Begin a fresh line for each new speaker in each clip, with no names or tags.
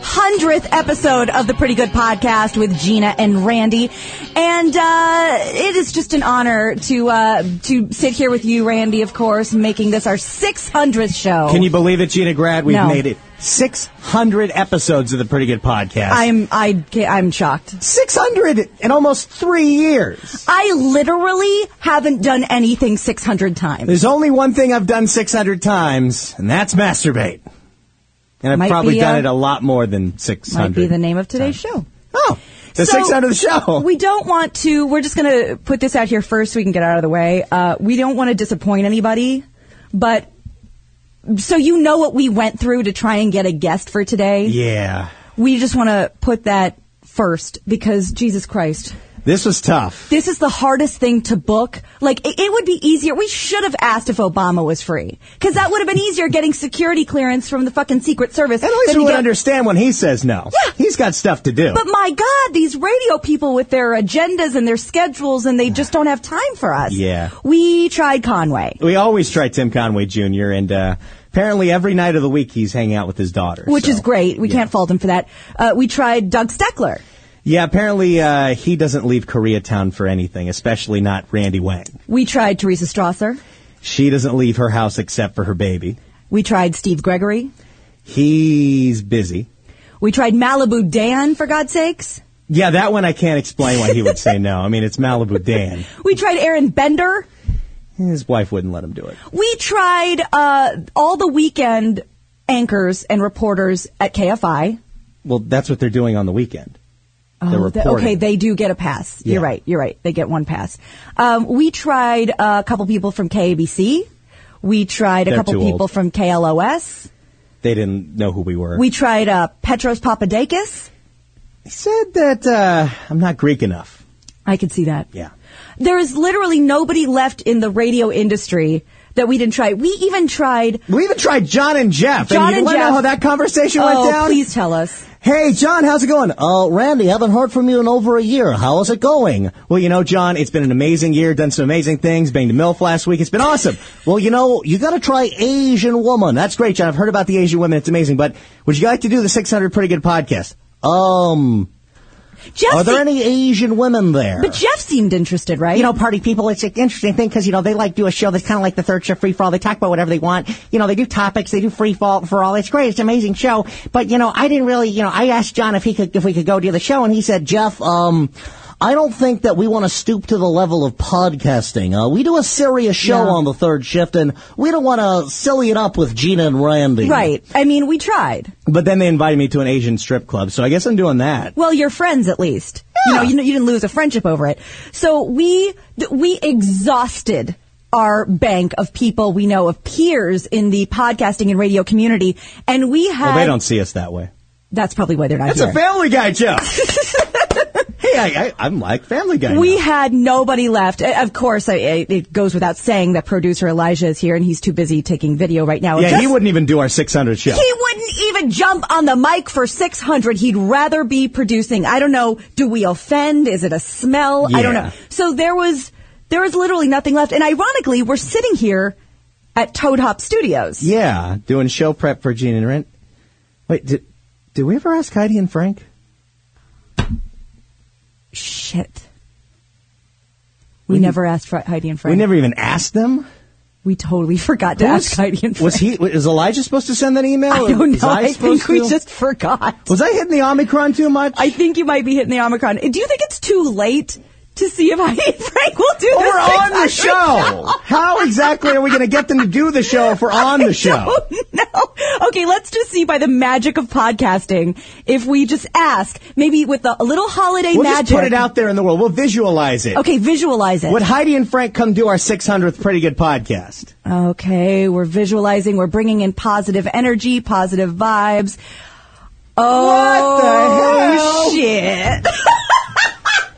100th episode of the Pretty Good Podcast with Gina and Randy. And uh, it is just an honor to uh, to sit here with you, Randy, of course, making this our 600th show.
Can you believe it, Gina Grad? We've
Oh. No.
made it 600 episodes of the Pretty Good Podcast.
I'm I, ca- I'm shocked.
600 in almost three years.
I literally haven't done anything 600 times.
There's only one thing I've done 600 times, and that's masturbate. And I've
Might
probably
be,
done
uh,
it a lot more than 600.
Might be the name of today's show.
Oh, the
So,
600th show.
We don't want to. We're just going to put this out here first so we can get out of the way. Uh, we don't want to disappoint anybody, but so you know what we went through to try and get a guest for today.
yeah.
We just want to put that first because Jesus Christ.
This was tough.
This is the hardest thing to book. Like, it, it would be easier. We should have asked if Obama was free. Because that would have been easier getting security clearance from the fucking Secret Service.
At least
than
we
to
would
get-
understand when he says no.
Yeah.
He's got stuff to do.
But my God, these radio people with their agendas and their schedules, and they just don't have time for us.
Yeah.
We tried Conway,
we always try Tim Conway Jr., and uh, apparently every night of the week he's hanging out with his daughter.
which
so.
is great. We can't fault him for that. Uh, we tried Doug Steckler.
Yeah, apparently uh, he doesn't leave Koreatown for anything, especially not Randy Wang.
We tried Teresa Strasser.
She doesn't leave her house except for her baby.
We tried Steve Gregory.
He's busy.
We tried Malibu Dan, for God's sakes.
Yeah, that one I can't explain why he would say no. I mean, it's Malibu Dan.
We tried Aaron Bender.
His wife wouldn't let him do it.
We tried uh, all the weekend anchors and reporters at KFI.
Well, that's what they're doing on the weekend. They're
Oh, the-
reporting.
okay, they do get a pass.
Yeah.
You're right. You're right. They get one pass. Um, we tried a couple people from KABC. We tried a
They're
couple
too old.
people from KLOS.
They didn't know who we were.
We tried uh, Petros Papadakis.
he said that uh, I'm not Greek enough.
I could see that.
Yeah.
There is literally nobody left in the radio industry that we didn't try. We even tried.
We even tried John and Jeff.
John
and you
and
wanna know
Jeff.
how that conversation
oh,
went down?
please tell us.
Hey, John, how's it going? Uh, Randy, haven't heard from you in over a year. How is it going? Well, you know, John, it's been an amazing year. Done some amazing things. Banged a MILF last week. It's been awesome. Well, you know, you gotta try Asian Woman. That's great, John. I've heard about the Asian women. It's amazing. But would you like to do the 600 Pretty Good Podcast? Um,
Jeff
are there
se-
any Asian women there?
but Jeff seemed interested, right?
you know, party people, it's an interesting thing because, you know, they like do a show that's kind of like the third show free for all. They talk about whatever they want. You know, they do topics, they do free fall for all. It's great. It's an amazing show. But, you know, I didn't really, you know, I asked John if he could, if we could go do the show and he said, Jeff, um, I don't think that we want to stoop to the level of podcasting. Uh, we do a serious show
Yeah.
on the third shift and we don't want to silly it up with Gina and Randy.
right. I mean, we tried.
but then they invited me to an Asian strip club, so I guess I'm doing that.
Well, your friends at least. You know, you, you didn't lose a friendship over it. So we th- we exhausted our bank of people we know of peers in the podcasting and radio community, and we had.
Well, they don't see us that way.
That's probably why they're not
That's
here.
a Family Guy joke. hey, I, I, I'm like Family Guy.
we
now.
had nobody left. Uh, Of course, I, I, it goes without saying that producer Elijah is here, and he's too busy taking video right now.
yeah,
Just-
he wouldn't even do our 600 show.
He wouldn't even jump on the mic for 600. He'd rather be producing. I don't know. Do we offend? Is it a smell? I don't
Yeah.
know. So there was, there was literally nothing left. And ironically, we're sitting here at Toad Hop Studios.
Yeah, doing show prep for Gene and Rent. Wait, did did we ever ask Heidi and Frank?
Shit. We, never asked Fr- Heidi and Frank.
We never even asked them.
We totally forgot to
Who
ask Heidi and Frank.
Was he? Was Elijah supposed to send that email?
I don't know.
Was I,
I think
supposed
we
to?
just forgot.
Was I hitting the Omicron too much?
I think you might be hitting the Omicron. Do you think it's too late to see if Heidi and Frank will do
Well,
this?
we're on the
600
show. How exactly are we going to get them to do the show if we're on the show?
no. Okay, let's just see by the magic of podcasting if we just ask, maybe with a, a little holiday
We'll
magic.
just put it out there in the world. We'll visualize it.
Okay, visualize it.
Would Heidi and Frank come do our 600th Pretty Good Podcast?
Okay, we're visualizing. We're bringing in positive energy, positive vibes. Oh
What the
shit!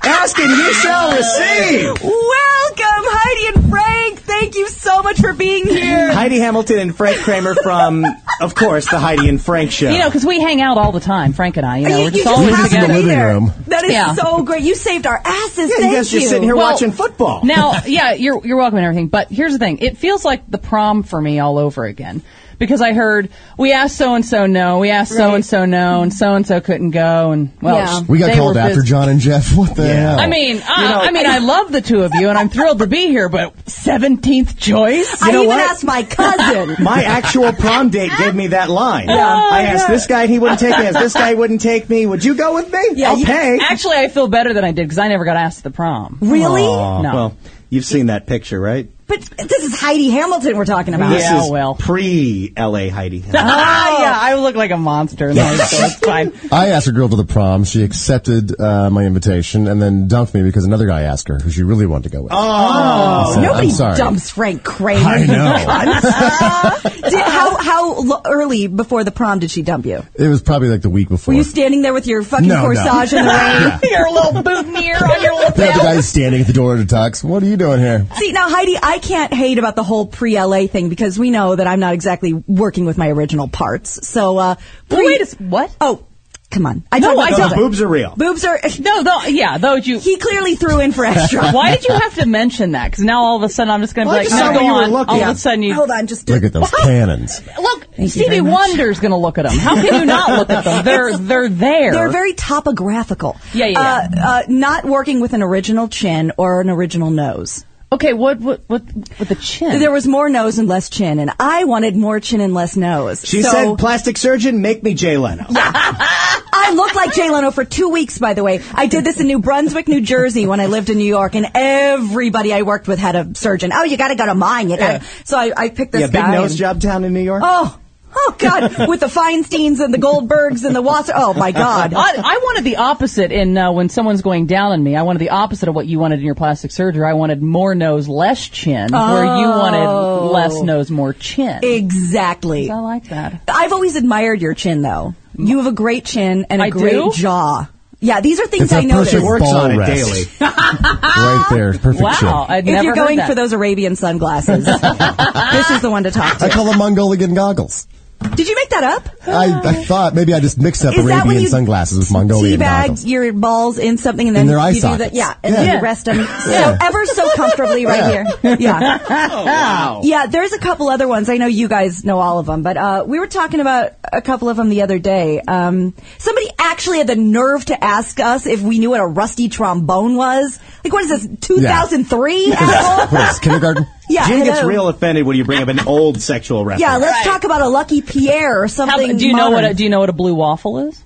Ask and you shall receive.
Welcome, Heidi and Frank. Thank you so much for being here.
Heidi Hamilton and Frank Kramer from, of course, the Heidi and Frank show.
You know, because we hang out all the time, Frank and I. You know,
you,
we're
you
just
just
always
have
together.
to be there.
room.
That is
Yeah.
so great. You saved our asses.
Yeah,
Thank
you guys just sitting here
Well-
watching football.
Now, yeah, you're you're welcome and everything, but here's the thing: it feels like the prom for me all over again. because I heard we asked so and so no, we asked so and so no, and so and so couldn't go, and well,
Yeah.
We got
they
called
were
after
busy.
John and Jeff. What the hell?
I mean, uh, I mean, I love the two of you, and I'm thrilled to be here. But seventeenth choice,
I
know
even
what?
asked my cousin.
My actual prom date gave me that line. I asked this guy and he wouldn't take me. I asked this guy wouldn't take me. Would you go with me?
Yeah,
I'll
you-
pay.
Actually, I feel better than I did because I never got asked to the prom.
really?
Aw,
No.
Well, you've seen that picture, right?
But this is Heidi Hamilton we're talking about.
This
Yeah,
is
well.
pre-LA Heidi.
Ah, yeah, I look like a monster in high school. It's fine.
I asked a girl to the prom. She accepted uh, my invitation and then dumped me because another guy asked her who she really wanted to go with. Oh,
Nobody
I'm sorry.
dumps Frank Crane.
I know.
Did- how how l- early before the prom did she dump you?
it was probably like the week before.
Were you standing there with your fucking
No, no.
corsage in the rain?
Your little boutonniere on your little
the
belt.
guy standing at the door to talk. What are you doing here?
See, now Heidi, I can't hate about the whole pre-LA thing because we know that I'm not exactly working with my original parts. So, uh, pre-
wait a s- what?
Oh, come on. I
No,
talked about
I
the
don't-
other-
Boobs are real.
Boobs are,
No, though, yeah, though you.
he clearly threw in for extra.
Why did you have to mention that? Because now all of a sudden I'm just going to
Well, I
be
just
like,
saw
no,
where
go
you were
on.
looking.
All
Yeah.
of a sudden you
Hold on, just
Look at those cannons.
look.
very
Stevie
much.
Wonder's going to look at them. How can you not look at them? They're they're there.
They're very topographical.
Yeah, yeah, yeah.
Uh, uh, not working with an original chin or an original nose.
okay. What what what with the
Hmm.
chin?
There was more nose and less chin, and I wanted more chin and less nose.
She
So-
said, "Plastic surgeon, make me Jay Leno."
I looked like Jay Leno for two weeks, by the way. I did this in New Brunswick, New Jersey when I lived in New York, and everybody I worked with had a surgeon. Oh, you gotta go to mine. You gotta. So I, I picked this
yeah, big
guy.
nose
and-
job town in New York.
Oh, oh God, with the Feinsteins and the Goldbergs and the Wasser. Oh my God.
I, I wanted the opposite in uh, when someone's going down on me. I wanted the opposite of what you wanted in your plastic surgery. I wanted more nose, less chin. Where you
Oh.
wanted less nose, more chin.
Exactly.
I like that.
I've always admired your chin, though. You have a great chin and a
I
great
do?
jaw. Yeah, these are things
It's
I
a
know.
perfect
Works
ball
on it
rest.
daily.
right there. Perfect shape.
Wow, I'd
If
never
you're
heard
going
that.
for those Arabian sunglasses, this is the one to talk
I
to.
call them Mongolian goggles.
Did you make that up?
I, I thought maybe I just mixed up
Is that when
Arabian
you
sunglasses with Mongolian goggles.
teabag your balls in something and then
In their eye
you do that.
sockets.
Yeah, and then
Yeah.
you rest them so ever so comfortably right here. Yeah.
Oh,
Oh.
wow. Yeah, there's a couple other ones. I know you guys know all of them, but uh, we were talking about a couple of them the other day. Um, somebody actually had the nerve to ask us if we knew what a rusty trombone was. Like, what is this, 2003? asshole?
What is this, kindergarten?
Yeah,
Jim gets
hello.
real offended when you bring up an old sexual reference.
Yeah, let's talk about a Lucky Pierre or
How,
something.
do you know
modern.
what a, do you know what a blue waffle is?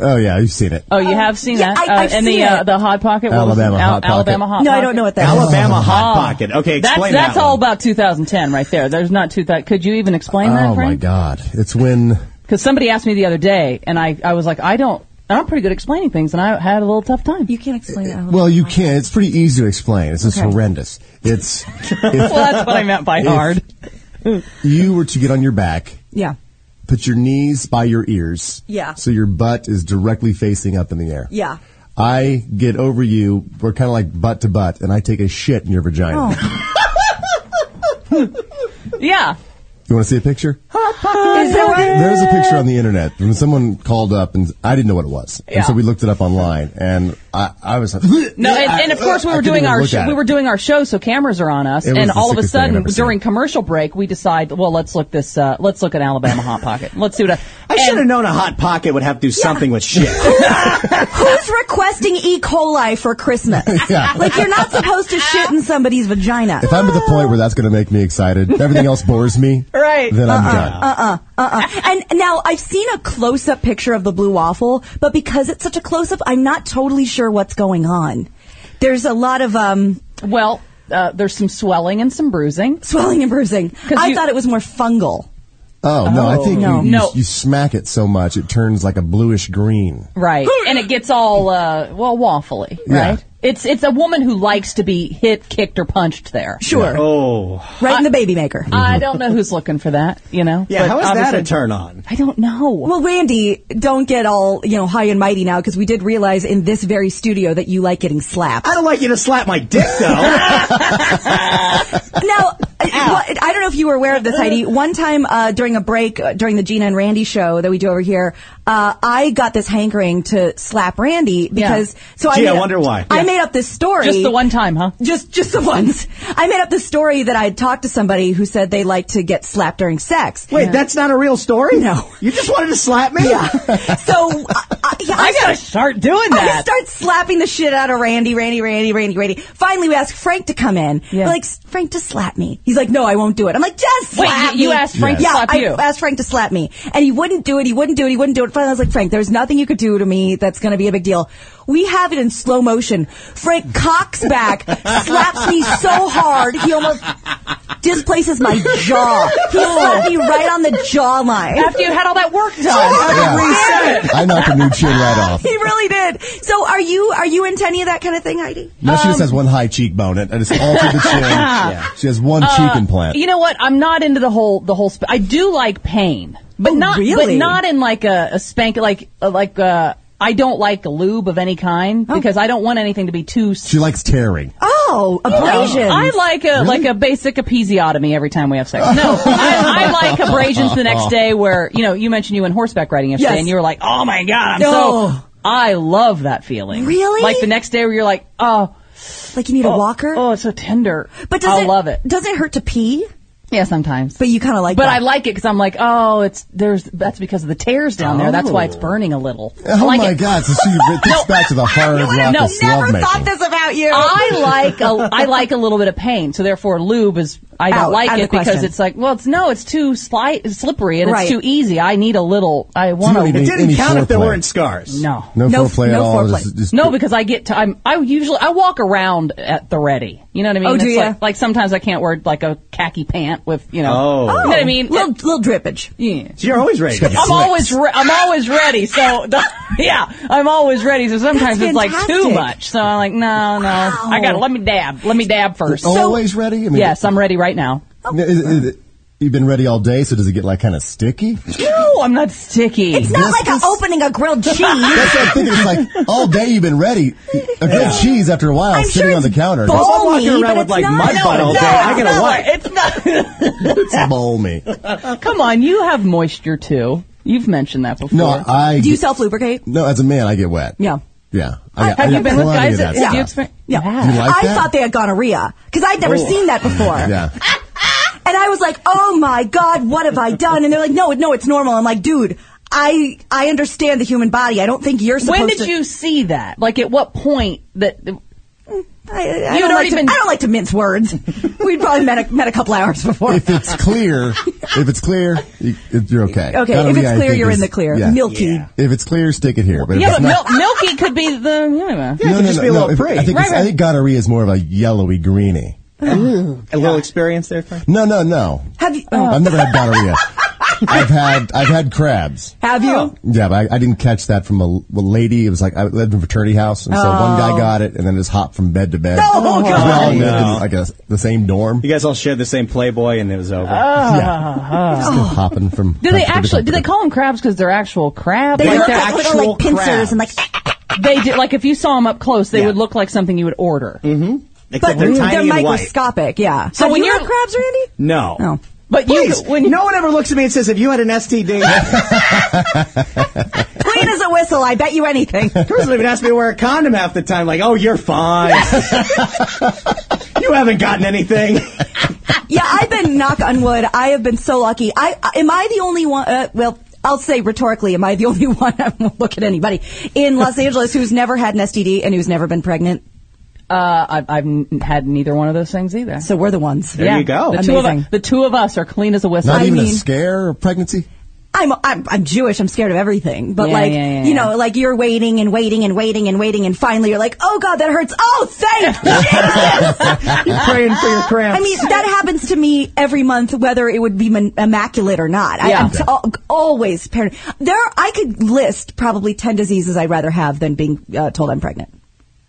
Oh yeah, you've seen it.
Oh, you have seen
yeah,
that.
I- I've
and
seen
the uh,
it.
the hot pocket. What was it?
Alabama Hot Pocket.
Alabama hot.
No, I
Pocket?
don't know what that is.
Alabama hot
Oh.
pocket. Okay,
that's
explain
that's
that
all
one.
about 2010 right there. There's not two that. Could you even explain
oh
that?
my god, it's when
Because somebody asked me the other day, and I I was like, I don't. I'm pretty good at explaining things, and I had a little tough time.
You can't explain that.
well you can't. It's pretty easy to explain. It's just horrendous. It's if
well, that's what I meant by hard.
you were to get on your back,
Yeah.
put your knees by your ears,
Yeah.
so your butt is directly facing up in the air.
Yeah.
I get over you. We're kind of like butt to butt, and I take a shit in your vagina.
Oh. Yeah.
You want to see a picture?
Is that right?
There's a picture on the internet when someone called up and I didn't know what it was,
Yeah.
and so we looked it up online, and I, I was like,
No, and, and of course we
I
were
couldn't
doing
even
our
look
sh-
at
we
it.
were doing our show, so cameras are on us,
It was
and
the
all of a
sickest thing I've
sudden
ever seen.
during commercial break we decide, well, let's look this, uh, let's look at Alabama Hot Pocket. Let's see what.
I should have known a hot pocket would have to do something with shit.
Who's requesting E. coli for Christmas?
Yeah.
Like you're not supposed to shit in somebody's vagina.
If I'm at the point where that's going to make me excited, everything else bores me.
Right. Uh-uh.
Then I'm done.
Uh-uh. And now I've seen a close-up picture of the blue waffle, but because it's such a close-up, I'm not totally sure what's going on. There's a lot of um,
Well, uh, there's some swelling and some bruising.
swelling and bruising. I
you-
thought it was more fungal.
oh no, I think
No.
You, you,
No.
you smack it so much it turns like a bluish green.
Right. And it gets all uh well waffly,
Yeah.
right? It's it's a woman who likes to be hit, kicked or punched there.
Sure,
Oh,
right in the baby maker.
I Mm. don't know who's looking for that, you know.
yeah.
but
how is that a
obviously-
turn on?
I don't know.
well, Randy, don't get all you know high and mighty now because we did realize in this very studio that you like getting slapped.
I don't like you to slap my dick though.
now, Well, I don't know if you were aware of this, Heidi. One time uh, during a break uh, during the Gina and Randy show that we do over here, uh, I got this hankering to slap Randy because so
Gee,
I,
I
made
wonder
up,
why.
I
Yeah.
made up this story.
Just the one time, huh?
Just just the ones. I made up the story that I had talked to somebody who said they like to get slapped during sex.
Wait, that's not a real story?
No.
You just wanted to slap me?
Yeah. So I, I, yeah, I
I gotta start doing
I
that.
just start slapping the shit out of Randy, Randy, Randy, Randy, Randy. Finally, we ask Frank to come in.
Yeah.
We're like, Frank, just slap me. He's like, no, I won't do it. I'm like, just
Wait,
slap
you- you
me."
asked Frank to
yeah,
slap
I
you.
asked Frank to slap me. And he wouldn't do it. He wouldn't do it. He wouldn't do it. Finally, I was like, Frank, there's nothing you could do to me that's going to be a big deal. We have it in slow motion. Frank cocks back, slaps me so hard, he almost displaces my jaw. He slapped me right on the jawline.
After you had all that work
Oh!
done.
I knocked a new chin right off.
He really did. So are you are you into any of that kind of thing, Heidi?
Now she just
Um,
has one high cheekbone and it's altered the chin. She has one cheek implant.
Uh, You know what? I'm not into the whole the whole. Sp- I do like pain, but
Oh,
not
really?
but not in like a, a spank like uh, like uh, I don't like lube of any kind because I don't want anything to be too.
she likes tearing.
Oh, abrasions.
I like a like a basic episiotomy every time we have sex. No, I, I like abrasions the next day where you know you mentioned you went horseback riding yesterday
Yes.
and you were like, oh my god, I'm
No.
so. I love that feeling.
Really?
Like the next day where you're like, oh,
like you need a walker.
oh, it's so tender.
but does
I
it,
love it.
Does it hurt to pee?
Yeah, sometimes.
But you kind of like.
But
that.
I like it because I'm like, oh, it's there's that's because of the tears down there. That's why it's burning a little. I
Oh
like
my
it.
God! So she thinks back to the hard
You would have
rock of
never thought
lovemaking.
this about you.
I like a, I like a little bit of pain, so therefore lube is I don't
Out,
like
out of
it
the
because
question.
it's like well it's no it's too slight slippery and
Right.
it's too easy. I need a little I want
don't
It
even-
to
didn't
Any
count if there
foreplay.
weren't scars.
no
No,
No-
foreplay at
no
all.
foreplay.
Just- just-
no because I get to I'm I usually I walk around at the ready. You know what I mean?
Oh, do
It's
ya?
like, like sometimes I can't wear like a khaki pant with you know.
Oh.
You know what I mean?
little little drippage.
yeah.
So you're always ready. Oh,
She's got
I'm
Slicks.
always re- I'm always ready. So the, yeah, I'm always ready. So sometimes
That's
it's like too
fantastic.
much. So I'm like, no, no, I gotta let me dab. Let me dab first.
always ready. I mean,
yes, I'm ready right now.
Is- is- is- you've been ready all day, so does it get like kind of sticky?
No, I'm not sticky.
It's not like a, opening a grilled cheese.
That's what I'm thinking. It's like all day you've been ready. A good cheese after a while
I'm
sitting
sure
on the
it's
counter.
both-
If I'm walking
Balmy,
around
but
with like
it's
mud
not.
butt all
No,
day, I
it's
gotta
not.
wipe.
like- It's
It's balmy.
not. Come on, you have moisture too. You've mentioned that before.
No, I.
Do you self lubricate?
no, as a man, I get wet.
Yeah.
Yeah. I,
Have
I
have
get
you been with
plenty
guys
of
that?
that
Do you
stuff.
experience?
Yeah.
You like
I
that?
thought they had gonorrhea because I'd never seen that before.
Yeah.
And I was like, oh my God, what have I done? And they're like, no, no, it's normal. I'm like, dude, I I understand the human body. I don't think you're supposed
When did
to.
you see that? Like at what point that?
I, I,
You'd
don't like
already
to,
been-
I don't like to mince words. We'd probably met a, met a couple hours before.
If it's clear, if it's clear, you, you're okay.
Okay,
Gonorrhea,
if it's
I
clear,
think,
you're
is-
in the clear.
yeah.
Milky.
Yeah.
If it's clear, stick it here. But if
Yeah,
it's
but
not,
mil- milky could be the. Yeah,
no,
it could
no,
just
no,
be a
no,
little
if-
prey.
I think,
Right,
it's- I
right.
think gonorrhea is more of a yellowy greeny.
A little experience there, Frank?
No, no, no.
Have you?
I've never had gonorrhea. I've had I've had crabs.
Have you?
Yeah, but I, I didn't catch that from a, l- a lady. It was like I lived in a fraternity house, and so one guy got it, and then just hopped from bed to bed.
Oh, God.
We all lived
No.
in like a, the same dorm.
You guys all shared the same Playboy and it was over.
Ah,
yeah, just
Oh.
kept hopping from.
Do they
comfort to
actually? Do they
comfort.
call them crabs because they're actual crabs?
They
like
look
they're
like
actual.
little like pincers and like.
They do, like if you saw them up close, they
Yeah.
would look like something you would order.
But
Except they're
they're,
tiny and white.
microscopic, yeah. So
when
you
you're-
had crabs, Randy?
No.
Oh.
But
Please,
you, when
no one ever looks at me and says, "Have you had an STD?"
Clean as a whistle. I bet you anything.
Person even asked me to wear a condom half the time. Like, "Oh, you're fine. you haven't gotten anything."
yeah, I've been knock on wood. I have been so lucky. I I- am I the only one? Uh, well. I'll say rhetorically, am I the only one? I won't look at anybody in Los Angeles who's never had an STD and who's never been pregnant.
uh, I've, I've n- had neither one of those things either.
So we're the ones.
There you go.
The two, of,
Amazing.
us- the two of us are clean as a whistle.
Not
I
even a
mean-
scare of pregnancy.
I'm, I'm I'm Jewish. I'm scared of everything. But
Yeah,
like
yeah, yeah,
you
yeah.
know, like you're waiting and waiting and waiting and waiting, and finally you're like, oh god, that hurts. Oh, thank Jesus!
You're praying for your cramps.
I mean, that happens to me every month, whether it would be man- immaculate or not. I,
Yeah.
am t- al- always paranoid. There, I could list probably ten diseases I'd rather have than being uh, told I'm pregnant.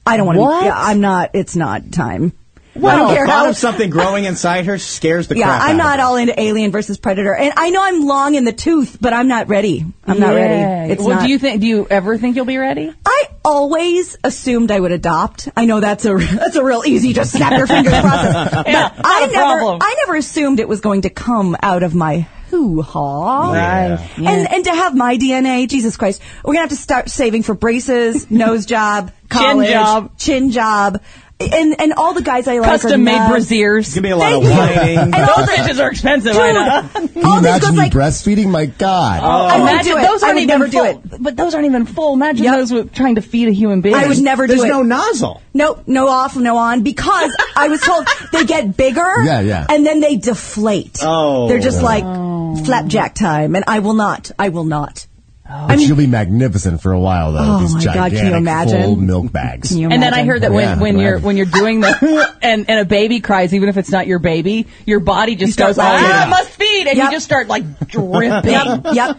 I don't want
What?
to. Yeah, I'm not. It's not time. I
Well,
don't
the
care
thought
how
of something growing inside her scares the
yeah,
crap
I'm
out
not
of
all into Alien versus Predator, and I know I'm long in the tooth, but I'm not ready. I'm not ready. It's
well,
not.
do you think? Do you ever think you'll be ready?
I always assumed I would adopt. I know that's a that's a real easy just snap your fingers process. But I
a
never
problem.
I never assumed it was going to come out of my hoo ha.
Right.
And and to have my DNA, Jesus Christ, we're gonna have to start saving for braces, nose job,
Chin
college,
job.
chin job, and and all the guys I like are
Custom made
not-
braziers.
It's gonna be a lot
Thank
of
you.
whining.
And all
Those
the,
bitches are expensive. I know.
dude,
Can you
all this
imagine
goes
me
like
breastfeeding? My God.
I wouldn't
Imagine
do it.
those
I
aren't
would
even
never do
full,
it.
But those aren't even full. Imagine
Yep.
those with trying to feed a human being.
I would never
There's
do it.
no nozzle.
No, no off, no on, because I was told they get bigger.
Yeah, yeah.
And then they deflate.
Oh.
They're just like
Oh.
flapjack time, and I will not. I will not.
But she'll be magnificent for a while, though.
Oh,
with these
my God, can you
gigantic
imagine?
full milk bags.
Can you
And then I
imagine?
heard that when,
Yeah,
when you're
right.
when you're doing the and, and a baby cries, even if it's not your baby, your body just
start
goes, ah,
laughing.
I must feed, and
Yep.
you just start like dripping.
Yep, yep.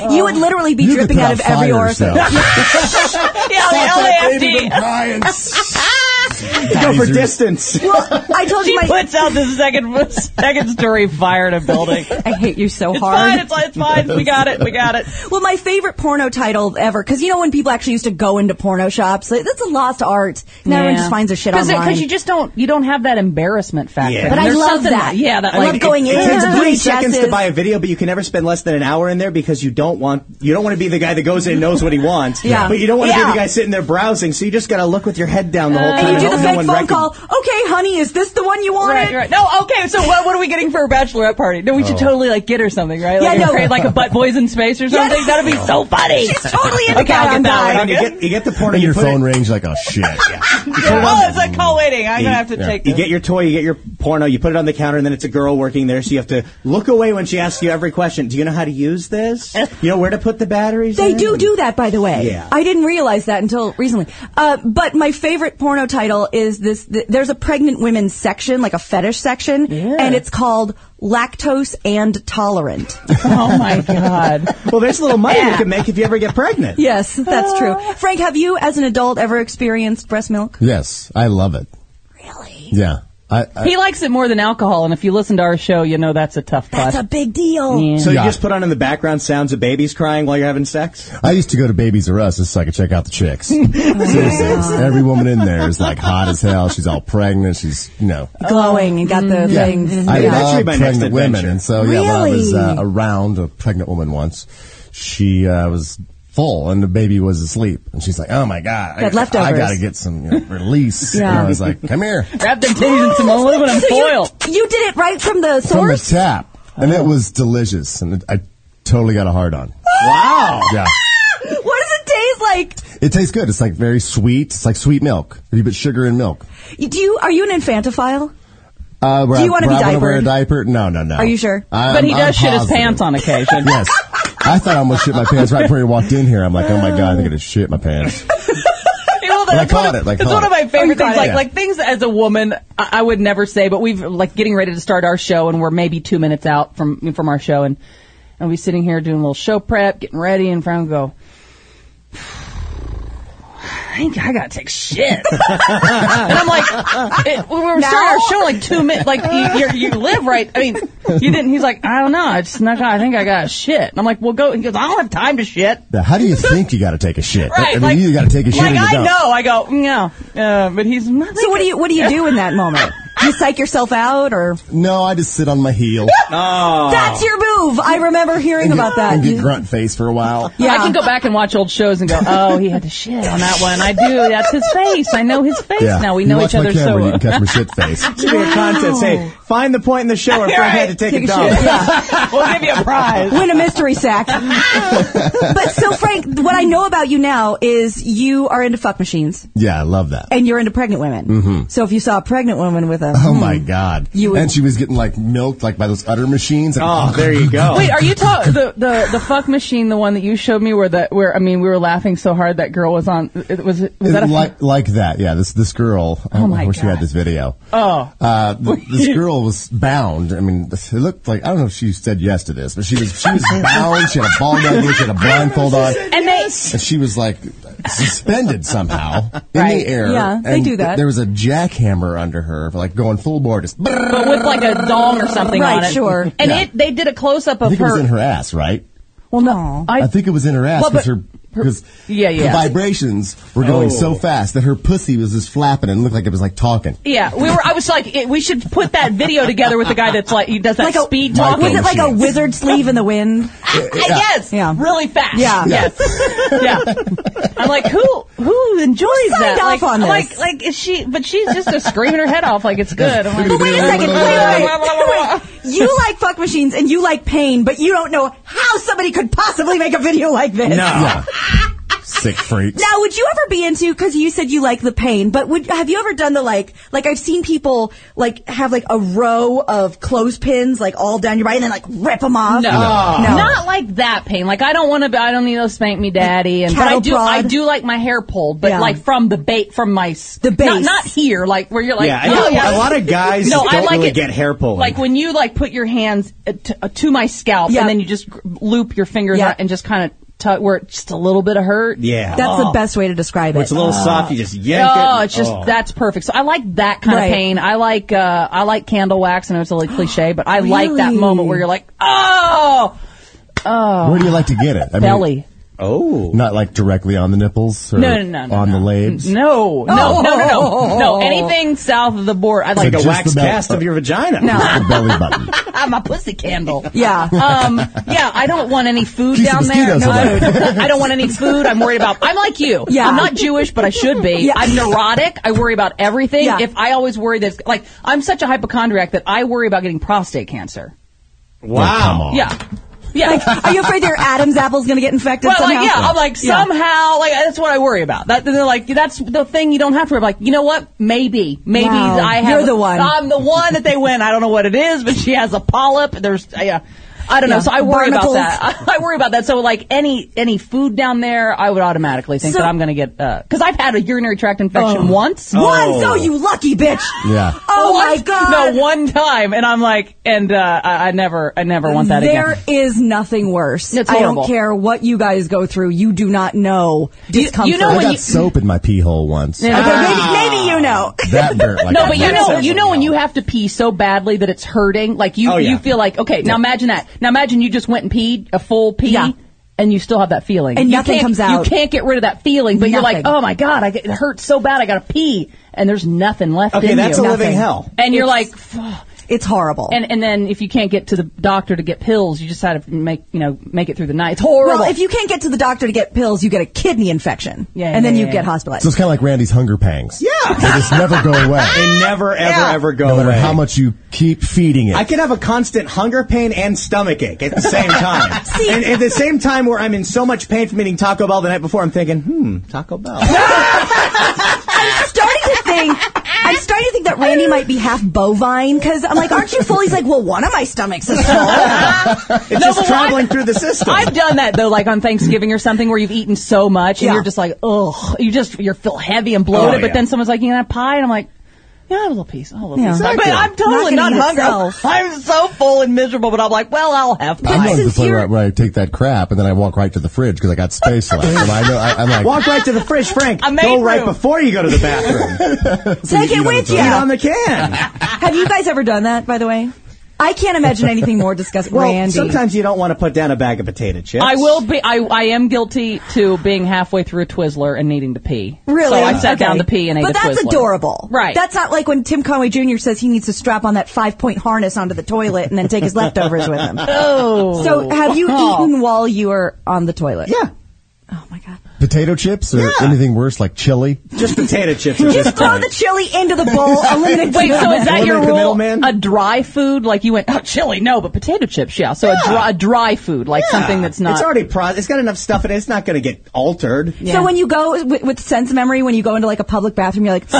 Oh.
You would literally be
You could
dripping
put
out of
out
every
fire
orifice.
yourself.
Yeah,
That
the
baby been
LAFD.
crying.
Go for
Geysers.
distance.
Well, I told
She
you my.
puts out the second second story fire in a building.
I hate you so
It's
hard.
fine. It's, it's fine. We got it. We got it.
Well, my favorite porno title ever, because you know when people actually used to go into porno shops, like, that's a lost art. Now everyone just finds their shit
Cause it-
online.
Cause you just don't you don't have that embarrassment factor.
Yeah. But
I
There's
love
something-
that.
Yeah, that
I
like
love going
it,
in.
It takes
Yeah.
20
VHSs.
seconds to buy a video, but you can never spend less than an hour in there because you don't want you don't want to be the guy that goes in and knows what he wants.
Yeah.
But you don't want to
Yeah. Uh,
be the guy sitting there browsing, so you just got to look with your head down the whole time.
and you do
hope
the
no
fake
one
phone
recog-
call. Okay, honey, is this the one you wanted?
Right, right. No, okay. So what, what are we getting for a bachelorette party? No, we should totally like get her something, right? Like,
Yeah, no.
create, like a butt boys in space or something. That'd be so funny.
She's totally into
Okay,
that.
I'll get that
And
one.
then you get you get the porn
And
and you
your
put
phone
it-
rings like, oh shit.
Oh, it's a call waiting. I'm gonna have to
Yeah.
take.
You
this.
get your toy, you get your porno, you put it on the counter, and then it's a girl working there, so you have to look away when she asks you every question. Do you know how to use this? You know where to put the batteries?
They
in?
do do that, by the way.
Mm. Yeah.
I didn't realize that until recently. Uh, but my favorite porno title is this. Th- there's a pregnant women's section, like a fetish section, and it's called lactose and tolerant.
Oh my god.
Well, there's a little money you can make if you ever get pregnant.
yes, that's true. Frank, have you, as an adult, ever experienced breast milk?
yes, I love it.
Really?
Yeah. I, I,
He likes it more than alcohol, and if you listen to our show, you know that's a tough
That's
putt.
a big deal.
So you
Yeah.
just put on in the background sounds of babies crying while you're having sex?
I used to go to Babies R Us just so I could check out the chicks.
Oh
Seriously. Every woman in there is like hot as hell. She's all pregnant. She's, you know.
Glowing and got the things.
I
Yeah. That should
love
be my next
pregnant women,
adventure.
and so yeah, when I was uh,
Really?
around a pregnant woman once, she uh, was full and the baby was asleep, and she's like, "Oh my god,
Got
I,
leftovers.
I gotta get some you know, release." And
Yeah.
I was like, "Come here
Wrap them titties in some aluminum
So you,
foil.
you did it right from the
from the
source?
tap," and
Oh.
it was delicious, and it, I totally got a hard on.
Wow.
Yeah,
what does it taste like?
it tastes good. It's like very sweet. It's like sweet milk. You put sugar in milk.
Do you are you an infantophile?
Uh, where
Do you
I-
wanna
where
be
I wanna wear a
diapered?
diaper? No, no, no.
Are you sure?
I-
But he
I'm- I'm
does shit his
positive.
pants on occasion.
Yes. I thought I almost shit my pants right before you walked in here. I'm like, oh my god, I'm gonna shit my pants.
You know,
I
that's
caught
one of,
it, I
that's
caught
one of
it.
my
Oh, you
favorite
caught
things.
it.
Like,
Yeah.
like things as a woman, I, I would never say, but we've like getting ready to start our show, and we're maybe two minutes out from from our show, and and we sitting here doing a little show prep, getting ready, and Fran would go. I think I gotta take shit. and I'm like, it, we were starting our show like two minutes. Like you, you're, you live right. I mean, you didn't. He's like, I don't know. I just not. I think I got shit. And I'm like, well, go. He goes, I don't have time to shit.
Now, how do you think you got to take a shit? I
Right,
mean,
like-
you got to take a shit.
Like
and you
I
don't.
know, I go no, uh, but he's not.
So what do you what do you do in that moment? You psych yourself out, or
No, I just sit on my heel
Oh.
that's your move. I remember hearing about
and
that.
get grunt face for a while.
Yeah.
I can go back and watch old shows and go, oh, he had to shit on that one. I do. That's his face. I know his face now. We
You
know
watch
each other
my camera,
so
you
well.
can catch my shit face.
Should be a contest. Hey, find the point in the show where Frank had to take, a dump.
we'll give you a prize.
Win a mystery sack. but so Frank, what I know about you now is you are into fuck machines
Yeah, I love that.
and you're into pregnant women. So if you saw a pregnant woman with a hmm.
Oh my god!
You would-
and she was getting like milked like by those udder machines.
Oh, there you go.
Wait, are you talking the, the the fuck machine, the one that you showed me, where the where I mean, we were laughing so hard that girl was on. It was was that a
like like that? Yeah, this this girl. Oh
my
I wish we
God.
had this video. Oh, uh, th- this girl was bound. I mean, it looked like I don't know if she said yes to this, but she was she was bound. She had a ball necklace. She had a blindfold on.
and they
And she was like suspended somehow in
Right.
the air.
Yeah, they
And
do that.
There was a jackhammer under her, for like going full board. Just I
but with like a dong or something
Right,
on it.
sure.
And
Yeah.
it they did a close up of
think it was
her.
in her ass, right?
well, no,
I think it was in her ass
Well, but-
because her because
Yeah, yeah. Oh.
the vibrations were going so fast that her pussy was just flapping and looked like it was like talking.
Yeah, we were. I was like, it, we should put that video together with the guy that's like he does that
Like a-
speed talk.
Was it like a
Jeez.
wizard sleeve in the wind?
Yes,
Yeah.
really fast.
Yeah. Yeah.
yes, yeah. I'm like, who who enjoys
signed
that?
off
like,
on
I'm
this?
Like, like is she? But she's just a screaming her head off. Like it's good. I'm like,
But wait a second, wait, wait, wait. You like fuck machines and you like pain, but you don't know how somebody could possibly make a video like this.
Yeah. Sick freaks.
Now, would you ever be into? Because you said you like the pain, but would have you ever done the like? Like I've seen people like have like a row of clothespins like all down your body and then like rip them off.
No.
No.
not like that pain. Like I don't want to. be I don't need to spank me, daddy. And but I
Cattle
do.
prod?
I do like my hair pulled, but
Yeah.
like from the bait, from my s-
The
Not,
base.
not here, like where you're like.
Yeah, I
oh,
know
yeah.
a lot of guys
No,
don't
I like
really
it-
get hair pulling.
Like when you like put your hands uh, to, uh, to my scalp
Yeah.
and then you just gr- loop your fingers
Yeah.
out and just kind of tug where it's just a little bit of hurt.
yeah,
That's the best way to describe it.
it's a little soft. You just yank it.
Oh, it's just
Oh.
that's perfect. So I like that kind
Right.
of pain. I like uh I like candle wax. I know it's a little cliche, but I like that
Really?
moment where you're like, oh,
Where do you like to get it? I mean,
belly.
Oh,
Not like directly on the nipples or
No, no, no, no,
on the
no.
labes.
No, no, no, no,
Oh.
no, no. Anything south of the board, I like
like
just
a wax
the belt.
cast of your vagina.
Just the belly button.
I'm a pussy candle.
yeah.
Um, yeah, I don't want any food
Piece of
down there.
mosquitoes
No,
in
I don't want any food. I'm worried about. I'm like you.
Yeah.
I'm not Jewish, but I should be.
Yeah.
I'm neurotic. I worry about everything.
Yeah.
If I always worry that, it's- like, I'm such a hypochondriac that I worry about getting prostate cancer.
Oh, come
Wow.
on.
Yeah. Yeah.
Are you afraid your Adam's apple's going to get infected
Well,
somehow?
like, yeah, I'm like
Yeah.
somehow, like that's what I worry about. That they're like, that's the thing you don't have to worry. About. Like, you know what? Maybe, maybe
Wow.
I have.
You're the one.
I'm the one that they win. I don't know what it is, but she has a polyp. There's, yeah. I don't
Yeah.
know. So I worry
Barnacles.
about that. I, worry about that. So like any any food down there, I would automatically think
So-
that I'm going to get because I've had a urinary tract infection once.
One,
Oh.
so you lucky bitch.
Yeah.
Oh my
Once.
god.
No, one time, and I'm like, and uh, I, I never, I never want that
There
again.
is nothing worse.
It's
I don't
horrible.
care what you guys go through. You do not know discomfort.
you know
I
when
got
you- Ah.
soap in my pee hole once.
Okay, maybe, maybe you know.
That burnt like
No,
a
but you know,
motherfucker.
you know when you have to pee so badly that it's hurting, like you,
Oh, yeah.
you feel like, okay, now imagine that. Now imagine you just went and peed a full pee.
Yeah.
And you still have that feeling,
And
you
nothing
can't-
comes out.
You can't get rid of that feeling, but you're like,
Nothing.
"Oh my god, I get, it hurts so bad, I gotta pee," and there's nothing left.
Okay,
in
that's a
you.
living
Nothing.
hell.
And you're
It's-
like, "Fuck."
It's horrible.
and and then if you can't get to the doctor to get pills, you just had to make you know make it through the night. It's horrible.
well, if you can't get to the doctor to get pills, you get a kidney infection.
Yeah,
and then
yeah,
you
yeah.
get hospitalized.
So it's kind of like Randy's hunger pangs.
Yeah.
They just never go away.
They never, ever, ever go
no matter
away.
how much you keep feeding it.
I can have a constant hunger pain and stomach ache at the same time. and at the same time where I'm in so much pain from eating Taco Bell the night before, I'm thinking, hmm, Taco Bell.
I'm starting to think I'm starting to think that Randy might be half bovine because I'm like, aren't you full? He's like, well, one of my stomachs is full.
It's
No,
just
but
traveling
why-
through the system.
I've done that though, like on Thanksgiving or something where you've eaten so much and
Yeah.
you're just like, ugh, you just you feel heavy and bloated.
Oh,
but
yeah.
then someone's like, you gonna have pie? And I'm like, yeah, I have a little piece. I'll have a little
Yeah.
piece.
Exactly.
But I'm totally
Not
not,
gonna eat
hungry.
itself.
I'm so full and miserable, but I'm like, well, I'll have
I'm
pie.
one of the
since
play
you're-
where, where I take that crap and then I walk right to the fridge because I got space left. And I know, I, I'm like,
Walk right to the fridge, Frank.
I made
Go right
room.
before you go to the bathroom.
Take it with you.
Eat on the can.
Have you guys ever done that? By the way, I can't imagine anything more disgusting.
Well,
Randy,
sometimes you don't want to put down a bag of potato chips.
I will be. I, I am guilty to being halfway through a Twizzler and needing to pee.
Really?
So I sat
Okay.
down to pee and ate
But
a
that's
Twizzler.
adorable.
Right.
That's not like when Tim Conway Jr. says he needs to strap on that five point harness onto the toilet and then take his leftovers with him.
Oh.
So have you eaten while you were on the toilet?
Yeah.
Oh my god.
potato chips or
Yeah.
anything worse, like chili.
Just potato chips. at this
Just throw
point.
the chili into the bowl. Eliminate
Wait, so is that
Eliminate
your
the
rule?
middleman?
A dry food, like you went, oh, chili, no, but potato chips, yeah. So a, dry, a dry food, like
Yeah.
something that's not.
It's already pro. It's got enough stuff in it. It's not going to get altered.
So when you go with, with sense memory, when you go into like a public bathroom, you're like,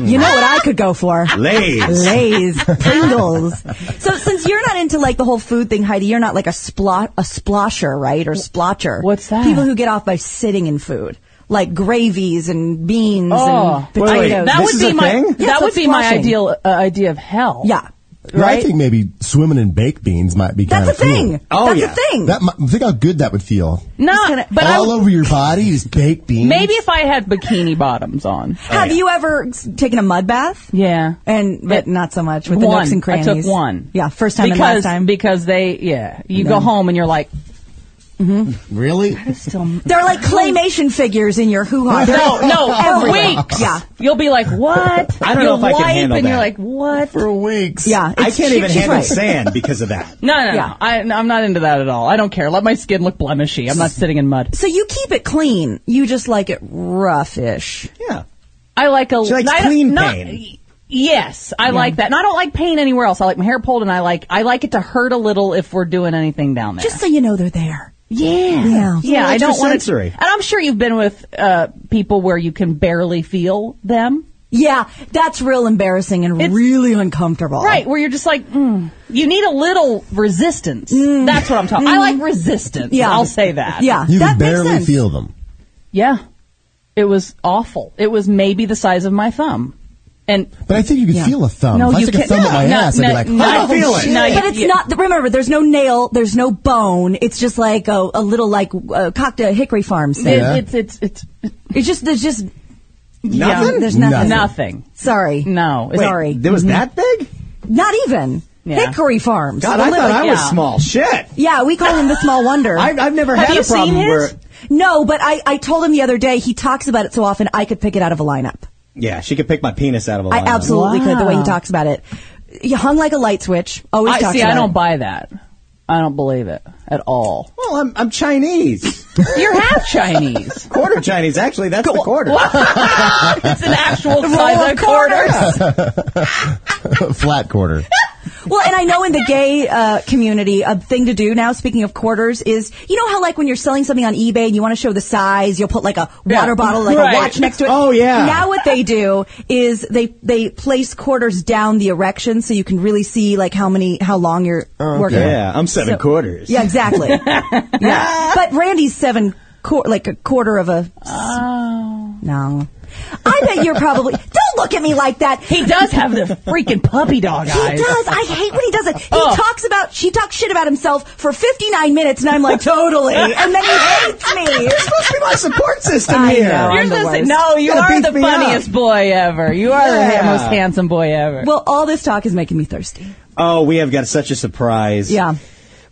you know what I could go for?
Lays.
Lays, Pringles. So since you're not into like the whole food thing, Heidi, you're not like a splot a splosher, right? Or splotcher.
What's that?
People who get off by sitting in food. Like gravies and beans and
Wait, wait,
potatoes.
Oh.
This
that would
is
be
a
my
thing?
Yeah,
that
so
would
it's
be my
flushing.
ideal uh, idea of hell.
yeah.
I think maybe swimming in baked beans might be kind
That's a
of
thing.
Oh,
That's
yeah.
a thing.
That might, think how good that would feel.
No,
kinda-
but I,
All over your body is baked beans.
maybe if I had bikini bottoms on.
Have
oh, yeah.
you ever s- taken a mud bath?
Yeah.
And but
Yeah.
not so much with the
one.
nooks and crannies.
I took one.
Yeah, first time
because,
and last time.
Because they, yeah, you go home and you're like,
Really?
Still,
They're like claymation figures in your hoo ha.
no, no, for
everywhere.
weeks.
Yeah.
You'll be like, what?
I don't know
You'll
if I can
wipe
handle
and you're
that.
like, what?
For weeks.
Yeah.
I
it's-
can't
she-
even
she's
handle
right.
sand because of that.
No, no, no.
Yeah.
I, I'm not into that at all. I don't care. Let my skin look blemishy. I'm not sitting in mud.
So you keep it clean. You just like it roughish.
Yeah.
I like a.
She likes
I don't-
clean
not-
pain.
Yes, I like that. And I don't like pain anywhere else. I like my hair pulled, and I like I like it to hurt a little if we're doing anything down there.
Just so you know they're there.
yeah, yeah.
little
I
extra
don't want
sensory.
It, and I'm sure you've been with uh, people where you can barely feel them.
Yeah, that's real embarrassing and
It's-
really uncomfortable.
Right, where you're just like, mm, you need a little resistance. That's what I'm talking. I like resistance.
Yeah.
I'll say that.
Yeah.
You
that
can barely
makes sense.
feel them.
yeah. It was awful. It was maybe the size of my thumb, and
But I think you can feel a thumb.
No,
if I
you
stick a
can't-
thumb
no,
up my
no,
ass, I'd
no,
be like,
no,
"I don't
I feel it."
shit."
No, you-
Oh, but it's
yeah.
not. Remember, there's no nail, there's no bone. It's just like a, a little like uh, cocktail hickory farm
it,
thing.
Yeah.
it's it's it's
It's just there's just
Nothing?
there's nothing.
nothing.
Sorry.
No, it's-
Wait,
Sorry. Mm-hmm.
There was that big?
Not even
Yeah.
hickory farms.
God,
The
I
little-
thought I was
yeah.
small. Shit.
Yeah, we call him the small wonder.
I've, I've never
Have
had
you
a problem
seen his?
where.
no, but I, I told him the other day. He talks about it so often. I could pick it out of a lineup.
Yeah, she could pick my penis out of a
I
lineup.
absolutely could. The way he
Wow.
talks about it, he hung like a light switch. Always
I
talks
see.
about
I don't
it.
buy that. I don't believe it at all.
Well, I'm, I'm Chinese.
You're half Chinese.
quarter Chinese, actually. That's the quarter.
it's an actual size of quarters.
Flat quarter.
Well, and I know in the gay uh, community, a thing to do now, speaking of quarters, is you know how like when you're selling something on eBay and you want to show the size, you'll put like a water bottle, like
Right.
a watch next to it.
Oh, yeah.
Now what they do is they they place quarters down the erection so you can really see like how many how long you're working.
Yeah, I'm seven
So-
quarters.
Yeah, exactly. yeah, but Randy's seven quar like a quarter of a. No, I bet you're probably. Don't look at me like that.
He does have the freaking puppy dog
He
eyes.
does. I hate when he does it. He
Ugh.
talks about she talks shit about himself for 59 minutes, and I'm like, totally. And then he hates me.
You're supposed to be my support system
I
here.
know.
You're
I'm the
supposed to-
worst.
no, you
Gotta
are
beef
the
me up.
funniest boy ever. You are
Yeah.
the most handsome boy ever.
Well, all this talk is making me thirsty.
Oh, we have got such a surprise.
Yeah,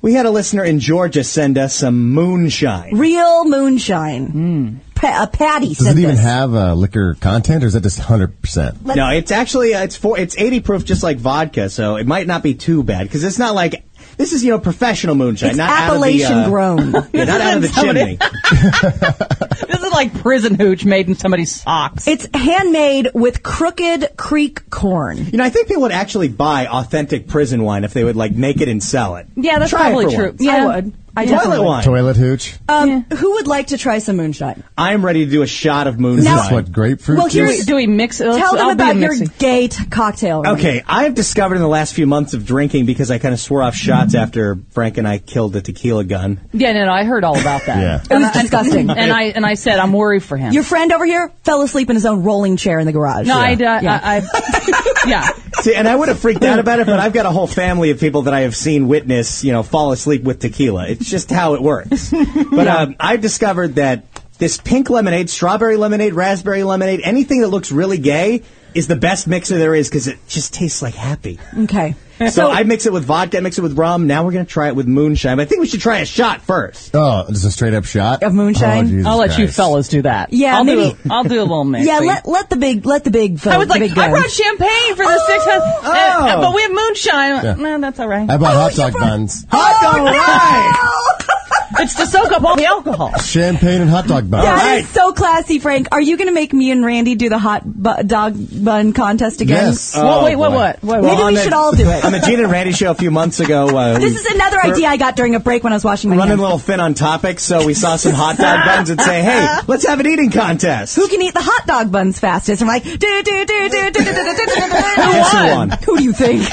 We had a listener in Georgia send us some moonshine.
real moonshine.
Hmm.
Pa- uh, Patty
Does
sent
it even
this.
have uh, liquor content, or is that just hundred percent?
No, it's actually uh, it's four, it's 80 proof just like vodka, so it might not be too bad cuz it's not like this is, you know, professional moonshine,
It's
not
Appalachian
out of the, uh,
grown.
Yeah, not out of the
Somebody-
chimney.
this is like prison hooch made in somebody's socks.
It's handmade with crooked creek corn.
You know, I think people would actually buy authentic prison wine if they would like make it and sell it.
yeah, that's
Try it
probably
for
true.
once.
Yeah.
I would. I
Toilet
definitely. would.
wine.
Toilet hooch.
Uh,
Um, Who would like to try some moonshine?
I am ready to do a shot of moonshine.
is this what grapefruit?
Well,
juice?
Do
here's-
we, do we mix? Let's-
Tell them
I'll be
about your
mixing.
gay t- cocktail. Randy.
Okay, I have discovered in the last few months of drinking because I kind of swore off shots after Frank and I killed the tequila gun.
Yeah, no, no, I heard all about that.
Yeah.
It was Uh, disgusting.
Uh, And I and I said I'm worried for him.
Your friend over here fell asleep in his own rolling chair in the garage.
no, I, I,
Yeah.
I, I yeah.
See, and I would have freaked out about it, but I've got a whole family of people that I have seen witness, you know, fall asleep with tequila. It's just how it works. But um, I've discovered that this pink lemonade, strawberry lemonade, raspberry lemonade, anything that looks really gay is the best mixer there is because it just tastes like happy.
Okay.
So I mix it with vodka, I mix it with rum. Now we're going to try it with moonshine. But I think we should try a shot first.
Oh, just a straight up shot
Of moonshine?
Oh, Jesus
I'll let you
Christ.
fellas do that.
Yeah,
I'll
maybe-
do. A, I'll do a little mix.
Yeah, let let the big let the big folks.
I was like,
the big
I
guns.
brought champagne for the
Oh!
six, uh, uh,
Oh.
but we have moonshine.
Yeah.
No, that's all right.
I bought hot dog buns,
Hot dog rye!
it's to soak up all the alcohol.
champagne, and hot dog buns.
That is
Alright.
so classy, Frank. Are you going to make me and Randy do the hot bu- dog bun contest again?
Yes.
Well,
Oh,
wait, what,
boy.
what, what,
Maybe
what?
we
on
should
the-
all do it.
On the Gene and Randy show a few months ago, uh,
This is another idea I got during a break when I was washing my
running a
hands.
little thin on topics, so we saw some hot dog buns and say, hey, let's have an eating contest.
Who can eat the hot dog buns fastest? I'm like, do do do do do do do do do do.
Yes, who
Won.
won?
Who do you think?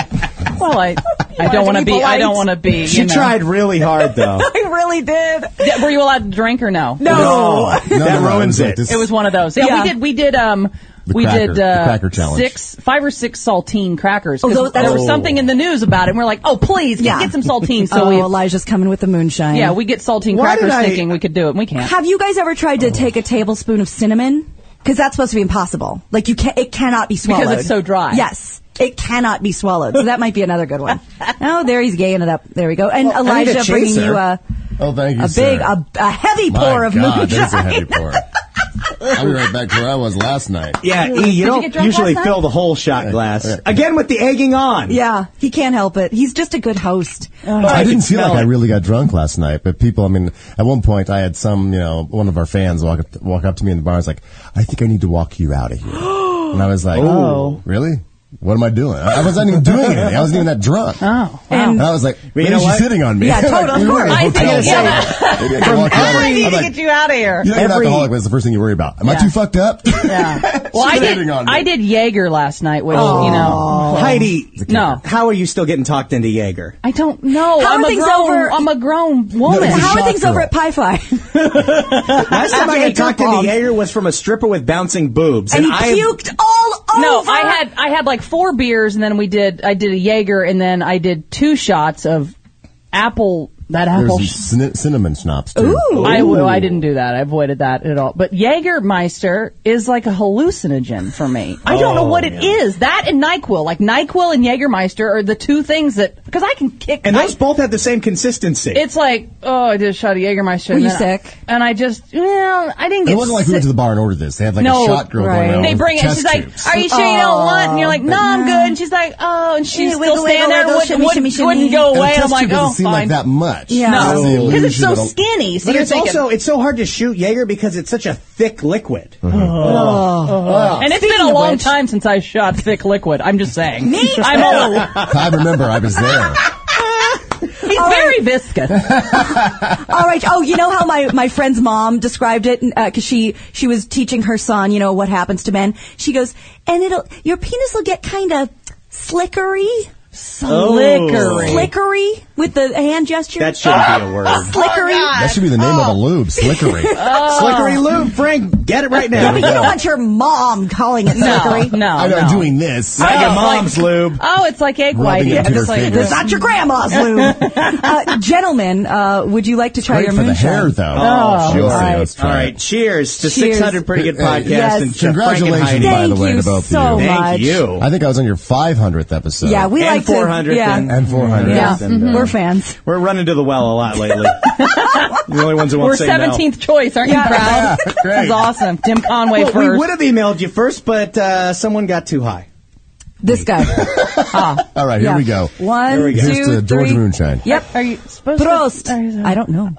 Well, I, I don't want to be. I don't want to be. You
She
know.
tried really hard, though.
I really did.
Yeah, were you allowed to drink or no?
No.
No, no,
that
no,
ruins
it was like
it.
this-
It was one of those. Yeah,
Yeah.
we did. We did. Um,
The
we
cracker-
did
the
uh,
cracker challenge.
six, five or six saltine crackers. 'cause
Oh, those-
there was
oh.
something in the news about it. and We're like, oh, please,
Yeah.
get some saltine. So
oh,
we,
Elijah's coming with the moonshine.
yeah, we get saltine
Why did
crackers
I-
thinking we could do it, and we can't.
Have you guys ever tried to take a tablespoon of cinnamon? Because that's supposed to be impossible. Like you can not it cannot be swallowed
it's so dry.
Yes, it cannot be swallowed. So that might be another good one. oh, there he's gaying it up. There we go. And
I need a
Elijah bringing
chaser.
you a
Oh, thank you,
a
sir.
big, a, a heavy
My
pour of
God, there's a
moonshine.
heavy pour. I'll be right back to where I was last night.
Yeah, E, you
get
don't
drunk
usually
last night?
fill the whole shot glass. Again with the egging on.
Yeah, he can't help it. He's just a good host.
I didn't
could
feel like
smell
I
it.
really got drunk last night, but people, I mean, at one point I had some, you know, one of our fans walk up, walk up to me in the bar and was like, I think I need to walk you out of here. and I was like, oh, really? What am I doing? I I wasn't even doing anything. I wasn't even that drunk.
Oh.
And-
And I was like, maybe
know
she's
what?
hitting on me.
Yeah,
Like,
totally, of
we were in a
course. I
hotel
think it's-
room. Maybe I can walk you out of
I
here.
need
I'm
to
like,
get you out of here.
You're not an
Every-
alcoholic, but it's the first thing you worry about. Am I
Yeah.
too fucked up?
Yeah. well, I
She's
did.
hitting on me.
I did Jaeger last night, which
Oh.
you know.
Heidi,
No.
how are you still getting talked into Jaeger?
I don't know.
How
I'm
are
a
things
grown,
over-
I'm a grown woman.
it's a
How are
shock
things over
girl.
at Pi Phi?
Last time I
Jaeger
got talked
bomb.
into Jaeger was from a stripper with bouncing boobs.
and he
I,
puked all over.
No, I had I had like four beers, and then we did I did a Jaeger, and then I did two shots of apple that
There's
apple.
some
sh-
cin- cinnamon schnapps too. Ooh.
I well, I didn't do that. I avoided that at all. But Jaegermeister is like a hallucinogen for me. I don't
Oh,
know what it is. That and Nyquil, like Nyquil and Jaegermeister, are the two things that because I can kick.
And
I-
those both had the same consistency.
it's like oh, I did a shot of Jaegermeister.
Were
and
you
then I-
sick?
and I just well, I didn't get.
It wasn't like
sick.
we went to the bar and ordered this. They had like
No,
a shot girl
right.
going around.
They
with
bring it.
chest
She's like,
tubes.
"Are you sure you don't want?" And you're like, "No, I'm good." And she's like, "Oh," and she's
Yeah,
still
wiggle,
standing
wiggle,
there.
wiggle,
wouldn't-
shimmy,
wouldn't,
shimmy, shimmy.
wouldn't go
And a
away.
test
I'm like,
tube
"Oh,
doesn't seem like
fine."
that much.
Yeah.
That's the
No, because it's
illusion
so
of a-
skinny. So
but
you're
it's
thinking,
also it's so hard to shoot Jaeger because it's such a thick liquid.
and it's been a long time since I shot thick liquid. I'm just saying. Me, I'm old.
I remember I was there.
He's very viscous.
All right. Oh, you know how my, my friend's mom described it because she she was teaching her son, you know, what happens to men. She goes, and it'll your penis will get kind of slickery,
Oh.
Slickery.
slickery with the hand gesture.
That shouldn't be a word.
slickery.
Oh,
That should be the name of a lube, Slickery.
Oh.
Slickery lube, Frank, get it right
yeah, but you
now.
don't want your mom calling it
No,
slickery.
no,
I'm
Oh, no.
not doing this.
Not your mom's lube.
Oh, it's like egg
Rubbing
white.
it
Yeah,
into
just
her
like
fingers.
It's not your grandma's lube. uh, gentlemen, uh, would you like to try
Great
your
for the
moonshine?
hair, though.
Oh,
She'll
all
say,
right.
let's
All
try
right,
it.
cheers to
Cheers. Uh,
600 Pretty Good
Hey, hey,
Podcasts
yes.
and to Frank and Heidi.
Congratulations, by the
Thank
way,
you
to both
so
of you.
much.
Thank you.
I think I was on your 500th episode.
Yeah, we
and
like to-
400
yeah.
and,
And 400.
Yeah,
and,
mhm,
uh,
we're fans.
We're running to the well a lot lately. the only ones that won't
We're
say
17th choice. Aren't you proud? This
Great.
is awesome. Tim Conway
no. Well, we
first.
would have emailed you first, but uh, someone got too high.
This guy.
All right, here
Yeah.
we go.
One,
Here we go.
two,
Here's to George
three.
Moonshine.
Yep.
Are you supposed to? are
Prost.
you-
I don't know.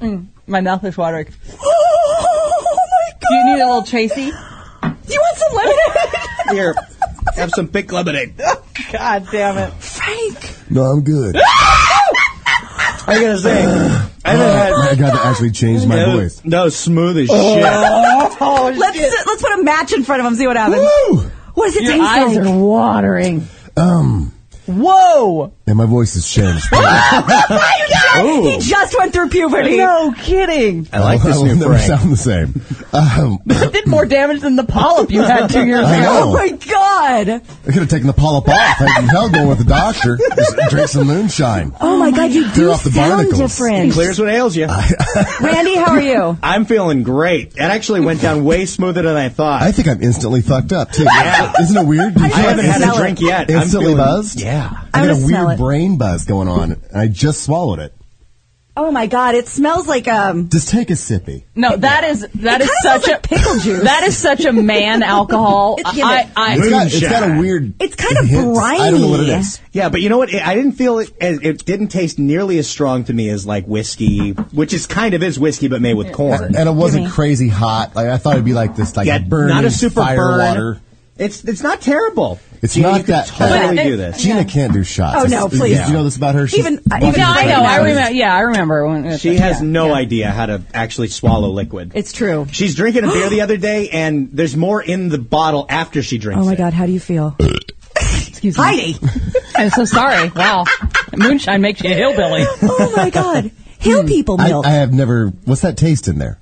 Mm. My mouth is watering.
Oh my god!
Do you need a little Tracy?
Do you want some lemonade?
Here, have some pink lemonade.
God damn it.
Frank!
No, I'm good.
I gotta say, I haven't had
I got to actually change my
no,
voice.
no smooth as
Oh.
shit.
Oh,
Let's let's put a match in front of him, see what happens.
Woo!
What does it
Your
taste
eyes
like?
are watering.
Um,
Whoa!
and my voice has changed.
He just went through puberty.
No kidding.
I like this
will
new
never
Frank.
sound the same. Um,
It did more damage than the polyp you had two years
I
ago.
Oh
know.
my god!
I could have taken the polyp off. I can hell go with the doctor. Just drink some moonshine.
Oh, my god, you
Clear
do
off the
sound
barnacles.
different.
Clears what ails you.
Randy, how are you?
I'm feeling great. That actually went down way smoother than I thought.
I think I'm instantly fucked up too. Isn't it weird? I
haven't
had a
drink yet. I'm
Instantly
feeling-
buzzed.
yeah.
I,
I wanna
got a
smell
weird
it.
brain buzz going on. and I just swallowed it.
Oh my god, it smells like um.
Just take a sippy.
No, that is that is
kinda smells
such a
like pickle juice.
That is such a man alcohol.
It's- yeah,
I, I,
It's got, it's got
Moonshine.
a weird.
It's kind of
hint. I don't know what it
briny.
is.
Yeah, but you know what? It, I didn't feel it. It it didn't taste nearly as strong to me as like whiskey, which is kind of is whiskey, but made with corn.
And it wasn't crazy hot. Like I thought it'd be like this, like
Yeah,
burning
not a super
fire
burn.
water.
It's it's not terrible.
It's
Gina,
not
you could
that
Totally
bad.
do this.
Gina can't do shots.
Oh, no,
It's-
please.
You know this about her. She's
Even-
walking
even
yeah, I
around
know.
like
I
this.
remember. Yeah, I remember. When,
She has
yeah.
no idea how to actually swallow liquid.
It's true.
She's drinking a beer the other day, and there's more in the bottle after she drinks.
Oh my
it.
god, how do you feel?
Excuse me.
Heidi!
I'm so sorry. Wow. Moonshine makes you a hillbilly.
Oh my god. Hill people
Hmm. I,
milk.
I have never. What's that taste in there?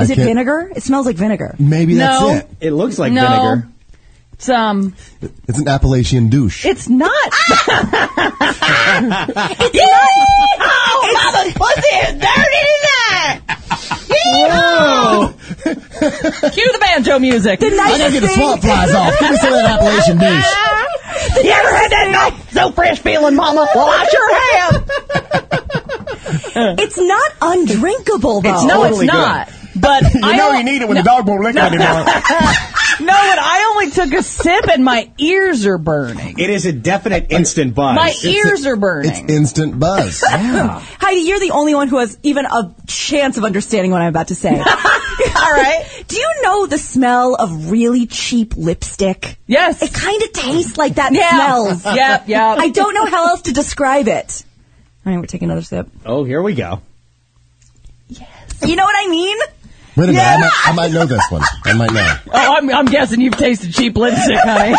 Is
I
it
can't-
vinegar? It smells like vinegar.
Maybe
No.
that's it.
It looks like
No.
vinegar.
It's um.
It's an Appalachian douche.
It's not. it's not. Oh, mama, pussy is dirty tonight. Cue the banjo music.
The
I gotta
nicest
get the
thing.
swamp flies off. Give me some of that Appalachian douche.
You ever had that night? So fresh feeling, mama. Well, I sure have.
It's not undrinkable though.
no, it's
Totally good.
not. But I
You know
al-
you need it when the dog won't lick it anymore.
No, but I only took a sip and my ears are burning.
It is a definite instant buzz.
My
It's-
ears are burning.
It's instant buzz.
Heidi, you're the only one who has even a chance of understanding what I'm about to say.
All right.
Do you know the smell of really cheap lipstick?
Yes.
It kind of tastes like that. and
Yeah.
Smells.
Yep, yep.
I don't know how else to describe it. All right, we're taking another sip.
oh, here we go.
You know what I mean?
Wait a minute, I, might, I might know this one. I might know.
Oh, I'm, I'm guessing you've tasted cheap lipstick, honey.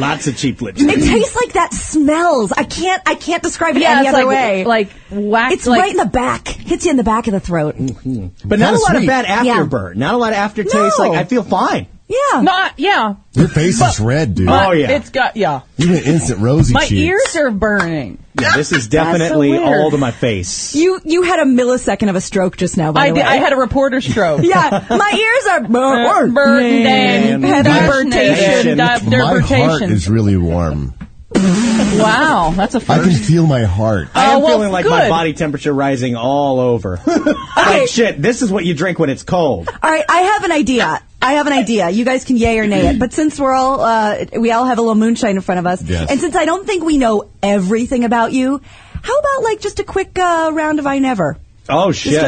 Lots of cheap lipstick.
It tastes like that. Smells. I can't. I can't describe it
yeah,
any
it's
other
like,
way.
like wax.
it's
like, Mm.
right in the back. Hits you in the back of the throat.
But not
Kinda
a lot of
sweet.
bad
Yeah.
afterburn. Not a lot of aftertaste.
No.
Like I feel fine.
Yeah.
Not yeah.
Your face is red, dude.
Oh, yeah.
It's got yeah.
You went instant rosy
My
cheeks.
ears are burning.
Yeah, this is definitely
weird.
all to my face.
You you had a millisecond of a stroke just now. By
I
the
did,
way.
I had a reporter stroke.
yeah, my ears are
Bur-
burning.
Burdened and
Man.
divertation.
Divertation.
Di-
My heart
divertation.
is really warm.
wow, that's a
I can
first.
feel my heart.
I am
well,
feeling like my
good.
body temperature rising all over. like shit, this is what you drink when it's cold.
All right, I have an idea. I have an idea. You guys can yay or nay it. But since we're all, uh, we all have a little moonshine in front of us,
Yes.
and since I don't think we know everything about you, how about like just a quick uh, round of I never?
Oh
Just
shit.
a-
All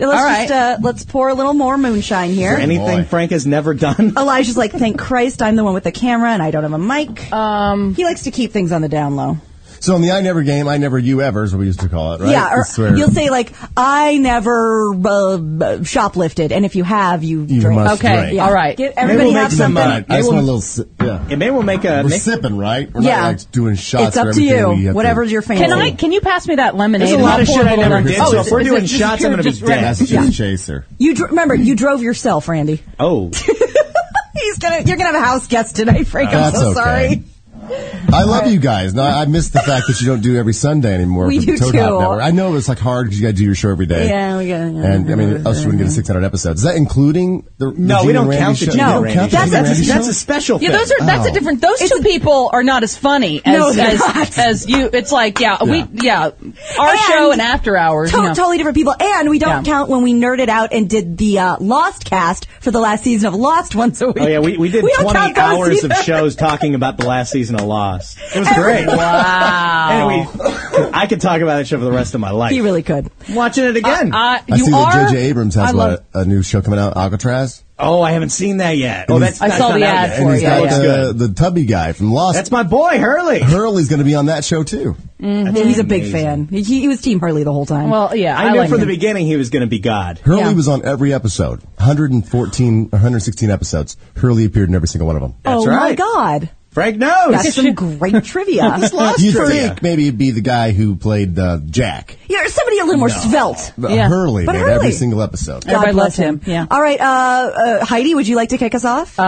Let's just
All right.
uh, let's pour a little more moonshine here.
Anything
Boy.
Frank has never done.
Elijah's like, thank Christ, I'm the one with the camera, and I don't have a mic.
Uh,
Um, he likes to keep things on the down low.
So in the I never game, I never you ever is what we used to call it, right?
Yeah,
That's where
or you'll say like, I never uh, shoplifted, and if you have, you,
You
drink.
must
Okay,
drink.
Yeah.
all right.
Give, everybody
we'll make
have
some,
something.
uh,
I just
Maybe
want a
we'll-
little sip. Yeah.
And maybe we'll make a
We're
make,
sipping, right? We're
Yeah.
not like doing shots.
It's up
or
to
everything.
you.
We have to-
Whatever's your fancy.
Can I? Can you pass me that lemonade?
There's a
and
lot
I'll
of
pour
shit
a
I
little
never
lemon-
did.
Oh,
So
is
if we're
it- is
doing
it just
shots, I'm
pure-
gonna be
just
dead.
red?
That's just
Yeah.
chaser.
You dr- remember you drove yourself, Randy.
Oh.
He's gonna. You're gonna have a house guest tonight, Frank. I'm
That's
so
okay.
sorry.
I love you guys. No, I miss the fact that you don't do every Sunday anymore.
We
for
do
the Toad Hop
too.
Network. I know it was like hard because you got to do your show every day.
Yeah, we gotta-
And I mean, us wouldn't get a 600 episodes. Is that including the?
No, we don't count the Gene
No,
and Randy
count
show.
the Gene
That's,
and
a,
Randy
that's
show.
a special
Yeah,
thing.
those are that's a
Oh.
different. Those two people are not as funny as
No, they're
as,
not.
as you. It's like yeah, we yeah, our
And-
show and after hours.
To-
you know. Uh,
Totally different people, and we don't
Yeah.
count when we nerded out and did the uh, Lost cast for the last season of Lost once a week.
Oh yeah, we, we did
We don't
20
count those
hours of
either.
shows talking about the last season of Lost. It was
Every-
great. Wow. And we, I could talk about that show for the rest of my life.
You really could.
Watching it again.
Uh,
I
you
see
are.
that J.J. Abrams
I
has
love-
what, a, a new show coming out, Alcatraz.
oh, I haven't seen that yet. Oh,
And
that's
he's-
I
that's
saw
not
the
out
ad
yet.
And
for it,
he's
yeah,
got
That looks
the,
good.
the tubby guy from Lost.
That's my boy Hurley.
Hurley's going to be on that show too.
That's
He's a big
amazing.
fan. He, he was Team Hurley the whole time.
Well, yeah,
I,
I,
knew
like
from the
him.
beginning he was going to be God.
Hurley
Yeah.
was on every episode. 114, 116 episodes. Hurley appeared in every single one of them.
oh my
right.
God,
Frank knows.
that's some great trivia.
Lost
You'd
trivia.
think maybe it'd be the guy who played uh, Jack.
You're somebody a little more svelte.
But
Yeah.
Hurley
But
made
Hurley-
every single episode.
God
Everybody
bless
loved
him.
him, yeah.
All right, uh, uh, Heidi, would you like to kick us off?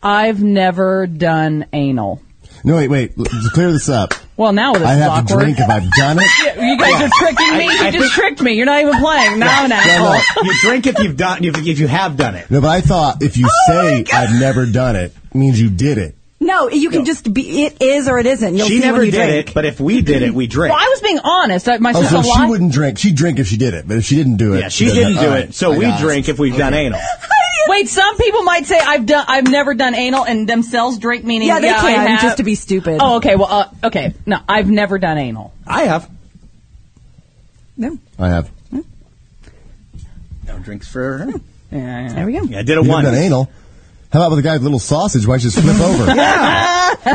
I've never done anal.
No, wait, wait. l- To clear this up,
Well, now this
I
is
have to
awkward.
drink if I've done it.
You guys are tricking me. you just tricked me. You're not even playing. Now I'm an asshole.
no.
you drink if you've done if, if you have done it.
No, but I thought if you say I've never done it, it means you did it.
no, you can just be. It is or it isn't. You'll
she
see
never
when you
did
drink.
it, but if we did it, we drink.
Well, I was being honest. I, my
Oh,
sister
so she
lied.
wouldn't drink. She'd drink if she did it, but if she didn't do it,
yeah, she
then-
didn't do
all
it,
right,
so
I
we
got it.
drink if we've done anal.
Wait, some people might say I've done. I've never done anal, and themselves drink meaning.
Yeah, they
I
can,
have.
just to be stupid.
Oh, okay. Well, uh, okay. No, I've never done anal.
I have.
No.
I have. You
No drinks for her.
Yeah, yeah.
There we go.
Yeah, I did it
have
once.
done anal. How about with a guy with a little sausage? Why don't you just flip over? You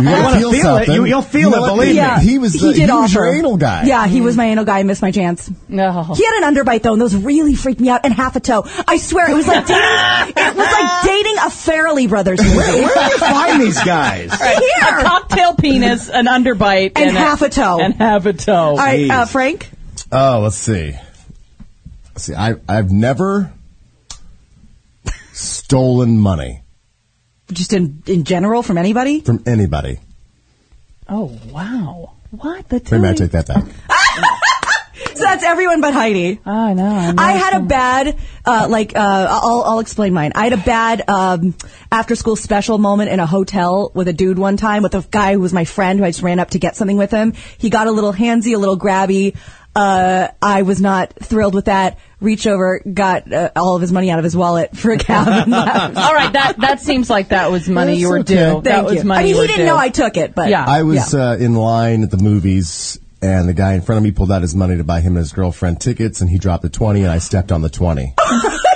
wanna
want to feel,
feel it,
something.
you- you'll feel it,
what?
believe
Yeah,
He was the,
he did
he was your
offer.
anal guy.
Yeah, he was my anal guy. I missed my chance.
No.
He had an underbite though, and those really freaked me out. And half a toe. I swear, it was like dating. it was like dating a Farrelly Brothers movie.
Where do you find these guys?
Here.
A cocktail penis, an underbite,
And half a toe.
and half a toe.
All right, uh,
Jeez.
Frank.
Oh, let's see. Let's see, I I've never stolen money
Just in in general from anybody.
from anybody.
Oh wow! What the?
Wait a minute, I
Tilly-
take that back.
So that's everyone but Heidi.
I know. I know.
I had a bad, uh, like, uh, I'll, I'll explain mine. I had a bad um, after school special moment in a hotel with a dude one time, with a guy who was my friend who I just ran up to get something with him. He got a little handsy, a little grabby. Uh, I was not thrilled with that. Reach over, got uh, all of his money out of his wallet for a cab. And left.
All right, that that seems like that was money
That's
you were
okay.
due.
Thank
that
Thank
was
you.
money.
I mean,
you
he
were
didn't
due.
know I took it, but
Yeah.
I was uh, in line at the movies, and the guy in front of me pulled out his money to buy him and his girlfriend tickets, and he dropped the twenty, and I stepped on the twenty.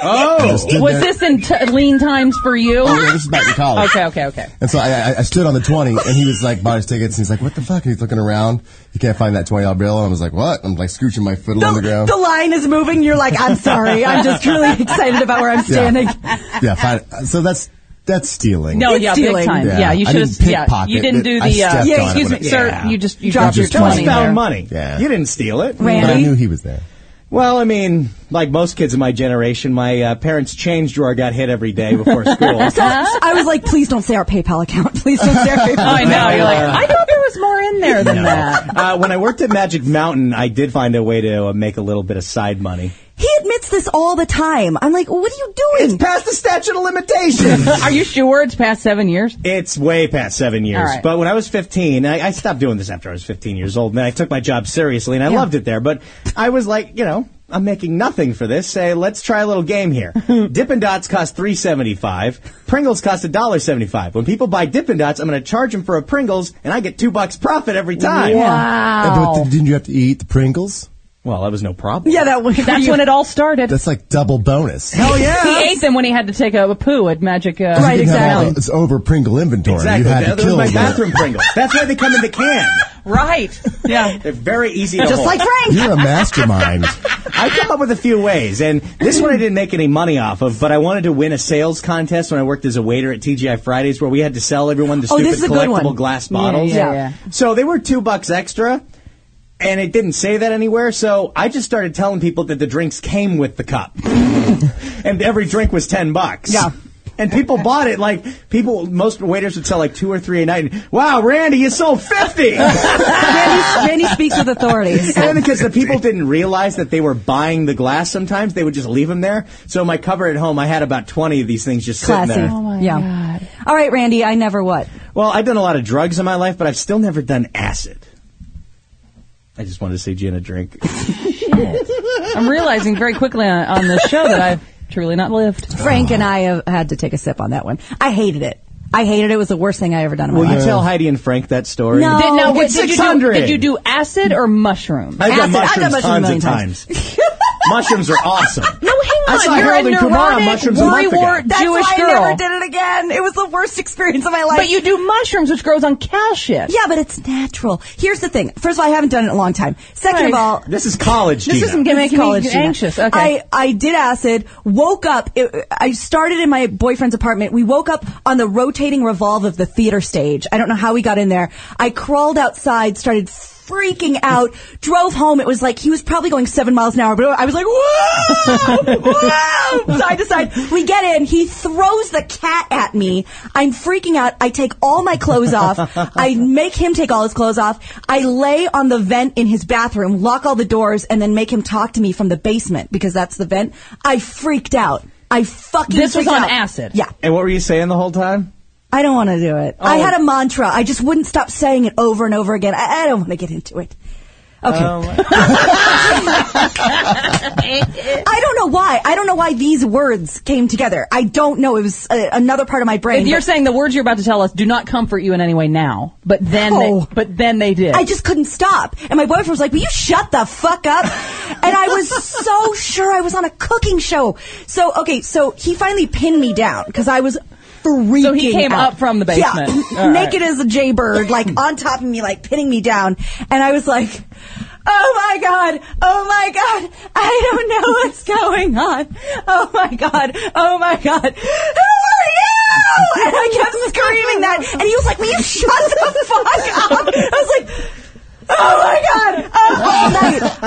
Oh,
Was this in t- lean times for you?
Oh, yeah, this is back in college.
Okay, okay, okay.
And so I, I, I stood on the 20 and he was like, bought his tickets and he's like, what the fuck? And he's looking around. He can't find that $20 bill. And I was like, what? I'm like scooching my foot along the
the,
ground.
the line is moving. You're like, I'm sorry. I'm just really excited about where I'm standing.
yeah, fine. Uh, So that's, that's stealing.
No,
It's
yeah,
stealing.
big time.
Yeah.
Yeah, you
I
should
didn't
have. Yeah,
pickpocket
you didn't
it.
do
I
the. Uh,
stepped
Yeah, on
yeah,
it
excuse
when
me,
it-
sir.
Yeah.
You just you
Dropped
dropped
your
your
twenty.
twenty.
Just
found
there.
money.
Yeah.
You didn't steal it.
Randy?
But I knew he was there.
Well, I mean, like most kids in my generation, my uh, parents' change drawer got hit every day before school.
So I was like, please don't say our PayPal account. Please don't say our PayPal.
I know. You're like,
Yeah.
I thought there was more in there than that.
uh, when I worked at Magic Mountain, I did find a way to uh, make a little bit of side money.
He admits this all the time. I'm like, what are you doing?
Past the statute of limitations.
Are you sure it's past seven years?
It's way past seven years.
All right.
But when I was 15, I, I stopped doing this after I was 15 years old. And then I took my job seriously and I loved it there. But I was like, you know, I'm making nothing for this. Say, let's try a little game here. Dippin' Dots cost 3.75. Pringles cost $1.75. When people buy Dippin' Dots, I'm going to charge them for a Pringles and I get two bucks profit every time.
And Uh,
Oh.
but didn't you have to eat the Pringles?
Well, that was no problem.
yeah, that was.
That's when it all started.
That's like double bonus.
Hell yeah.
He ate them when he had to take a, poo at Magic. Uh,
You
Right,
didn't have all
exactly.
this over Pringle inventory.
Exactly.
You had
That,
to
that was
kill
my
the-
bathroom Pringles. That's why they come in the can.
Right. Yeah.
They're very easy to
Just
hold.
like Frank.
You're a mastermind.
I come up with a few ways, and this one I didn't make any money off of, but I wanted to win a sales contest when I worked as a waiter at TGI Fridays, where we had to sell everyone the
Oh,
stupid
this is a good
collectible
one.
glass bottles.
yeah, yeah.
So they were two bucks extra, and it didn't say that anywhere. So I just started telling people that the drinks came with the cup, and every drink was ten bucks.
Yeah.
And people bought it like people. Most waiters would sell like two or three a night. And, wow, Randy, you sold fifty.
Randy, Randy speaks with authority.
And because the people didn't realize that they were buying the glass sometimes, they would just leave them there. So my cupboard at home, I had about 20 of these things just
Classy. Oh,
sitting there.
Oh my
yeah.
God.
All right, Randy. I never what.
Well, I've done a lot of drugs in my life, but I've still never done acid. I just wanted to say gin a drink.
I'm realizing very quickly on, on this show that I've truly not lived.
Frank and I have had to take a sip on that one. I hated it. I hated it. It was the worst thing I ever done in my
Will
life.
you tell Heidi and Frank that story?
No.
Did, now,
Oh,
what-
it's
did, you do,
600.
did you do acid or mushroom?
I've done
Acid. I've done
mushrooms
mushrooms a
tons
million
of times. mushrooms are awesome.
No, hang
I
on.
saw
You're
Harold
a
and Kumar on
neurotic,
mushrooms a month ago.
warlord
That's
Jewish
why
girl.
I never did it again. It was the worst experience of my life.
But you do mushrooms, which grows on cow shit.
yeah, but it's natural. Here's the thing. First of all, I haven't done it in a long time. Second of
Right.
all,
This is college,
This
Gina.
isn't gonna make
It's college
me
Gina.
anxious. Okay.
I, I did acid, woke up. It, I started in my boyfriend's apartment. We woke up on the rotating revolve of the theater stage. I don't know how we got in there. I crawled outside, started freaking out, drove home. It was like he was probably going seven miles an hour, but I was like, whoa, whoa, side to side. We get in. He throws the cat at me. I'm freaking out. I take all my clothes off. I make him take all his clothes off. I lay on the vent in his bathroom, lock all the doors, and then make him talk to me from the basement because that's the vent. I freaked out. I fucking
This was
freaked
on
out.
acid.
Yeah.
and what were you saying the whole time?
I don't want to do it.
Oh.
I had a mantra. I just wouldn't stop saying it over and over again. I, I don't want to get into it. Okay.
Oh.
Um,
I don't know why. I don't know why these words came together. I don't know. It was uh, another part of my brain.
If you're
but
saying the words you're about to tell us do not comfort you in any way now, but then,
No.
they, but then they did.
I just couldn't stop. And my boyfriend was like, will you shut the fuck up? and I was so sure I was on a cooking show. So, okay, so he finally pinned me down because I was freaking
So he came
out.
up from the basement.
Yeah,
All right.
naked as a jaybird, like on top of me, like pinning me down. And I was like, oh my God, oh my God, I don't know what's going on. Oh my God, oh my God, who are you? And I kept screaming that. And he was like, will you shut the fuck up? I was like, Oh my god! All night,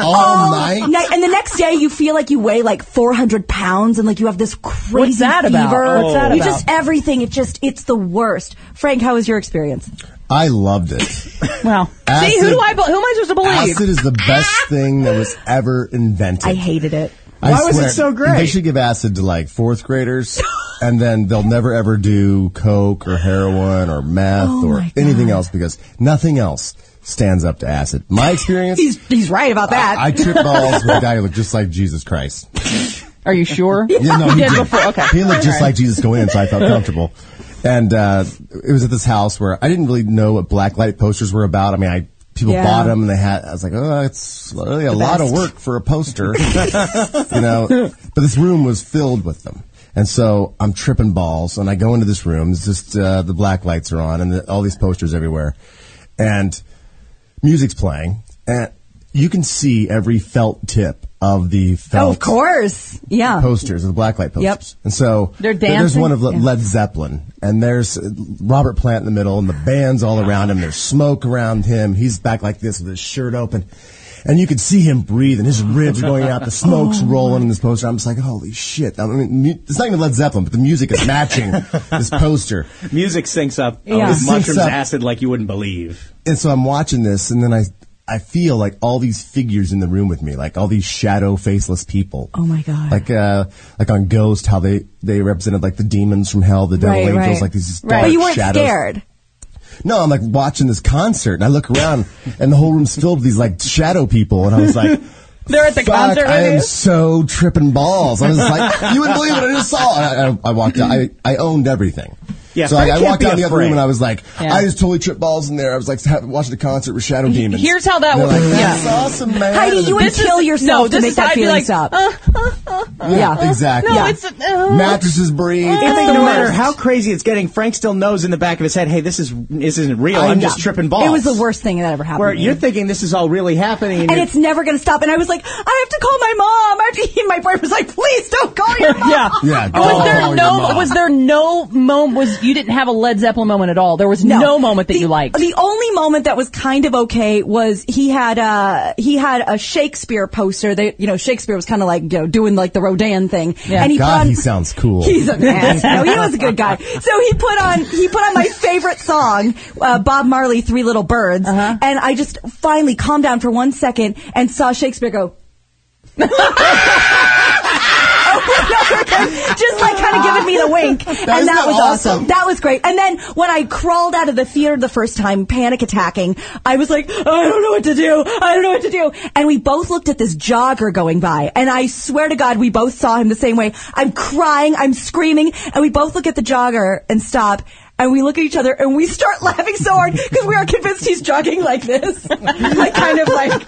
All night?
and the next day you feel like you weigh like 400 pounds, and like you have this crazy
What's that about?
fever.
What's that
You
about?
just everything. It just it's the worst. Frank, how was your experience?
I loved it.
Wow. See,
Acid-
who do I? be- Who am I supposed to believe?
Acid is the best thing that was ever invented.
I hated it.
I
Why was
swear,
it so great?
They should give acid to like fourth graders, and then they'll never ever do coke or heroin or meth
Oh
or anything else because nothing else stands up to acid. My experience,
He's he's right about that.
I, I tripped balls with a guy who looked just like Jesus Christ.
Are you sure?
Yeah, no, he
He did
did.
before, okay.
He looked just
All right.
like Jesus going in, so I felt comfortable. And uh, it was at this house where I didn't really know what blacklight posters were about. I mean, I people
Yeah.
bought them and they had. I was like, oh, it's really a lot of
best.
work for a poster, you know. But this room was filled with them. And so I'm tripping balls, and I go into this room. It's just uh, the black lights are on, and the, all these posters everywhere, and music's playing, and you can see every felt tip of the felt
oh, of course. Yeah.
posters, the blacklight posters.
Yep.
And so
They're
there- there's
dancing.
one of Le-
Yeah.
Led Zeppelin, and there's uh, Robert Plant in the middle, and the band's all around him. There's smoke around him. He's back like this with his shirt open. And you could see him breathe, and his ribs are going out. The
Oh,
smoke's rolling in this poster. I'm just like, holy shit. I mean, mu- it's not even Led Zeppelin, but the music is matching this poster.
Music syncs up
Yeah.
with
It syncs
mushrooms
up.
acid like you wouldn't believe.
and so I'm watching this, and then I I feel like all these figures in the room with me, like all these shadow faceless people.
Oh, my God.
Like uh, like on Ghost, how they they represented like the demons from hell, the devil angels, like these dark
But you weren't
shadows.
scared.
No, I'm like watching this concert, and I look around, and the whole room's filled with these like shadow people, and I was like.
They're at the
Fuck,
concert
I
with
am
you?
so tripping balls. I was like, you wouldn't believe what I just saw. And I, I, I walked out. I, I owned everything.
Yeah,
so like,
Frank
I
can't
walked
be
out of the other
afraid.
room and I was like,
Yeah.
I just totally tripped balls in there. I was like ha- watching the concert with Shadow Demons.
Here's how that
They're
would-
like,
yeah.
That's awesome, man.
Heidi, you would
This is-
kill
no,
yourself to
this
make
is-
that
I'd be
feeling
like,
stop.
yeah, exactly.
No,
Yeah.
it's. Uh,
Mattresses breathe.
It
the
doesn't matter
worst.
how crazy it's getting. Frank still knows in the back of his head, hey, this is this isn't real. I'm,
Yeah.
just tripping balls.
It was the worst thing that ever happened.
Where
to me.
you're thinking this is all really happening,
and
and, you're-
it's never going to stop. And I was like, I have to call my mom. I have to. My boyfriend was like, please don't call your mom.
yeah. Oh,
Yeah,
Was
don't
there
call your
no?
mom.
Was there no moment? Was you didn't have a Led Zeppelin moment at all? There was no, moment that
the,
you liked.
The only moment that was kind of okay was he had a he had a Shakespeare poster. They, you know, Shakespeare was kind of like you know, doing like the Rodin thing.
Yeah.
And he
God,
put on,
he sounds cool.
He's an ass. no, he was a good guy. So he put on he put on my favorite song, uh, Bob Marley, Three Little Birds,
Uh-huh.
and I just finally calmed down for one second and saw Shakespeare go. Oh, just like kind of giving me the wink. and
is
that
not
was awesome.
awesome.
That was great. And then when I crawled out of the theater the first time, panic attacking, I was like, I don't know what to do. I don't know what to do. And we both looked at this jogger going by. And I swear to God, we both saw him the same way. I'm crying. I'm screaming. And we both look at the jogger and stop. And we look at each other and we start laughing so hard because we are convinced he's jogging like this, like kind of like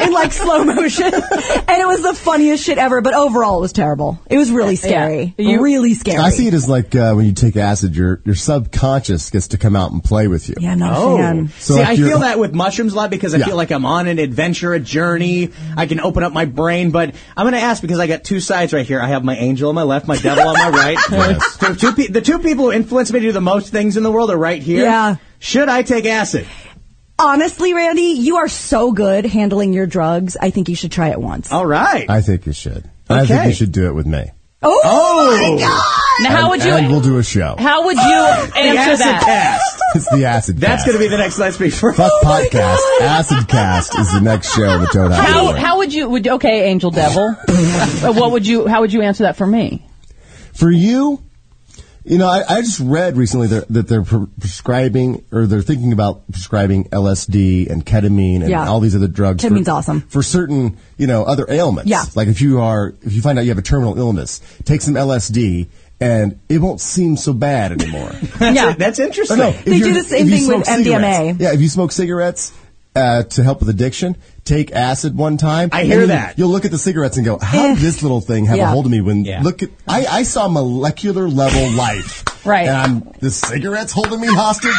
in like slow motion. And it was the funniest shit ever. But overall, it was terrible. It was really scary,
Yeah. You-
really scary.
I see it as like uh, when you take acid, your your subconscious gets to come out and play with you.
Yeah, I'm not
Oh,
a fan.
So
see,
if
I
you're-
feel that with mushrooms a lot because I
Yeah.
feel like I'm on an adventure, a journey. I can open up my brain, but I'm going to ask because I got two sides right here. I have my angel on my left, my devil on my right.
Yes.
So two pe- the two people who influence me to do the most things in the world are right here.
Yeah.
Should I take acid?
Honestly, Randy, you are so good handling your drugs. I think you should try it once.
All right.
I think you should. I think
Okay.
you should do it with me.
oh,
Oh.
my God!
now, how would you?
And we'll do a show.
how would you
The
answer
acid
that?
test.
it's the acid.
That's going to be the next Let's Be Friends.
Oh
Fuck podcast. Acid cast is the next show with Toad
How,
Howard.
how would you? Would okay, angel devil. Uh, what would you? How would you answer that for me?
For you, you know, I, I just read recently that, that they're pre- prescribing or they're thinking about prescribing LSD and ketamine and
Yeah.
all these other drugs.
Ketamine's
for,
awesome.
for certain, you know, other ailments.
Yeah.
like if you are if you find out you have a terminal illness, take some LSD and it won't seem so bad anymore.
That's,
Yeah.
that's
Or
interesting.
no, if
They
you're-
do the same
if you
thing with
smoke
MDMA.
cigarettes- Yeah, if you smoke cigarettes uh, to help with addiction, take acid one time.
I hear
and
that.
You'll look at the cigarettes and go, "How did this little thing have
Eh. Yeah.
a hold of me?" When
Yeah.
look at, I, I saw molecular level life.
Right.
And I'm the cigarettes holding me hostage.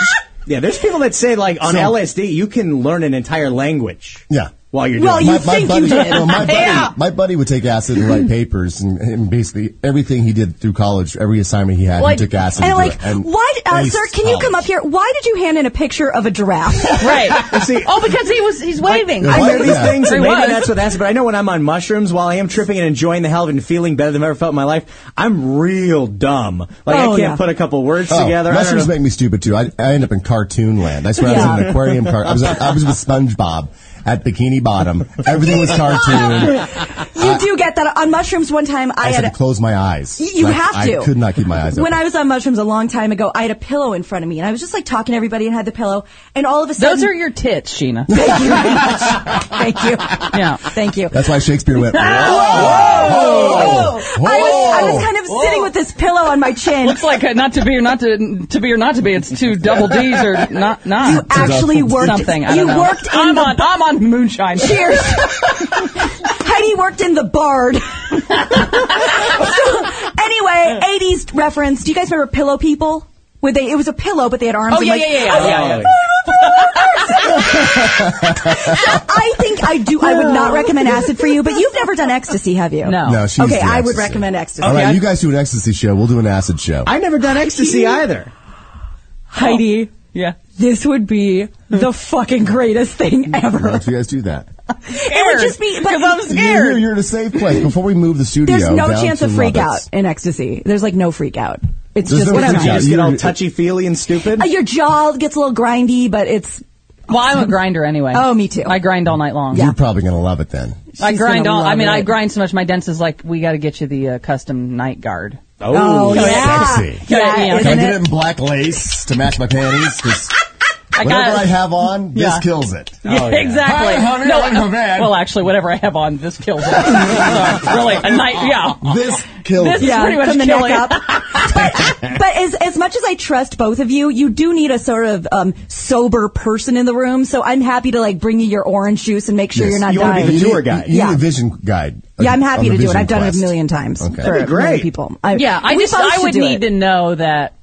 Yeah, there's people that say like on
So-
LSD you can learn an entire language.
yeah.
while you're
Well,
doing
you
it.
my, my
think
buddy,
you did.
well, my, buddy
Yeah.
my buddy would take acid and write papers, and, and basically everything he did through college, every assignment he had,
Well,
he took acid.
And I'm
through
like,
it. And
why, did- uh,
and he
sir, can you come up here?
stopped.
Why did you hand in a picture of a giraffe?
Right. oh, because he was he's waving.
Yeah,
I
why
know
would
these
that?
things, and
He
maybe
was.
that's what that's. But I know when I'm on mushrooms, while I am tripping and enjoying the hell of it and feeling better than I've ever felt in my life, I'm real dumb. Like I
Oh,
can't
yeah.
put a couple words
Oh,
together. I don't
mushrooms
know.
make me stupid too. I, I end up in cartoon land. I swear I was in
Yeah.
an aquarium. Car- I was I was with SpongeBob at Bikini Bottom. Everything was cartoon.
you do get that on mushrooms. One time, I,
I
had
had
a,
to close my eyes.
You
Like,
have to.
I could not keep my eyes
when
open.
I was on mushrooms a long time ago, I had a pillow in front of me, and I was just like talking to everybody and had the pillow, and all of a sudden,
Those are your tits, Sheena.
Thank you very much. Thank you.
Yeah.
Thank you.
That's why Shakespeare went.
Whoa.
Whoa!
I was, I was kind of sitting with this pillow on my chin.
It's like a not to be or not to to be or not to be. It's two double D's or not not.
You actually worked.
something. I
you
don't know.
worked in
I'm
the
on. I'm on moonshine.
Cheers. Heidi worked in the Bard. so, anyway, eighties reference. Do you guys remember Pillow People? Where they it was a pillow, but they had arms.
Oh
and
yeah,
legs.
yeah, yeah, yeah, yeah, yeah.
I think I do. I would not recommend acid for you, but you've never done ecstasy, have you?
No.
No, she's
Okay,
the
I would
ecstasy.
recommend ecstasy.
All
Okay.
right, you guys do an ecstasy show. We'll do an acid show.
I never done ecstasy either.
Heidi,
Yeah.
this would be the fucking greatest thing
Why
ever.
don't you guys do that?
It would just be. But
Because I'm
You're, here,
scared.
you're in a safe place. Before we move the studio,
there's no
down
chance
to
of freak out
Lubbock's.
in ecstasy. There's like no freak out. It's
There's
just
no
what
freak
am
You
I?
out.
just get all
You-
touchy feely and stupid.
Uh, Your jaw gets a little grindy, but it's
Well, I'm a grinder anyway.
Oh, me too.
I grind all night long.
You're probably gonna love it then.
I
She's
grind
gonna
all. I
love
mean, I
it.
grind so much. My dentist like, we got to get you the uh, custom night guard.
oh,
that's
yeah,
sexy.
yeah,
Can I
isn't
Can I
it?
get it in black lace to match my panties? 'Cause
I
whatever
got-
I have on, this
Yeah.
kills it.
Yeah,
Oh,
exactly.
Hi, honey, I'm
uh,
a man.
well, actually, whatever I have on, this kills it. Sorry, really, a night. Yeah.
This kills
This-
it.
yeah,
pretty much
from the
killing.
neck up. but but as as much as I trust both of you, you do need a sort of um, sober person in the room. So I'm happy to like bring you your orange juice and make sure
Yes.
you're not
You wanna be
dying.
the
You
tour
need-
guide.
You
Yeah.
need a vision guide.
yeah, I'm
on
happy to do
the
it.
vision
I've done it a
quest.
million times
Okay.
for
That'd be
many
great.
people. I,
Yeah. I
we're
just.
supposed
I
to
would
do
need
it.
to know that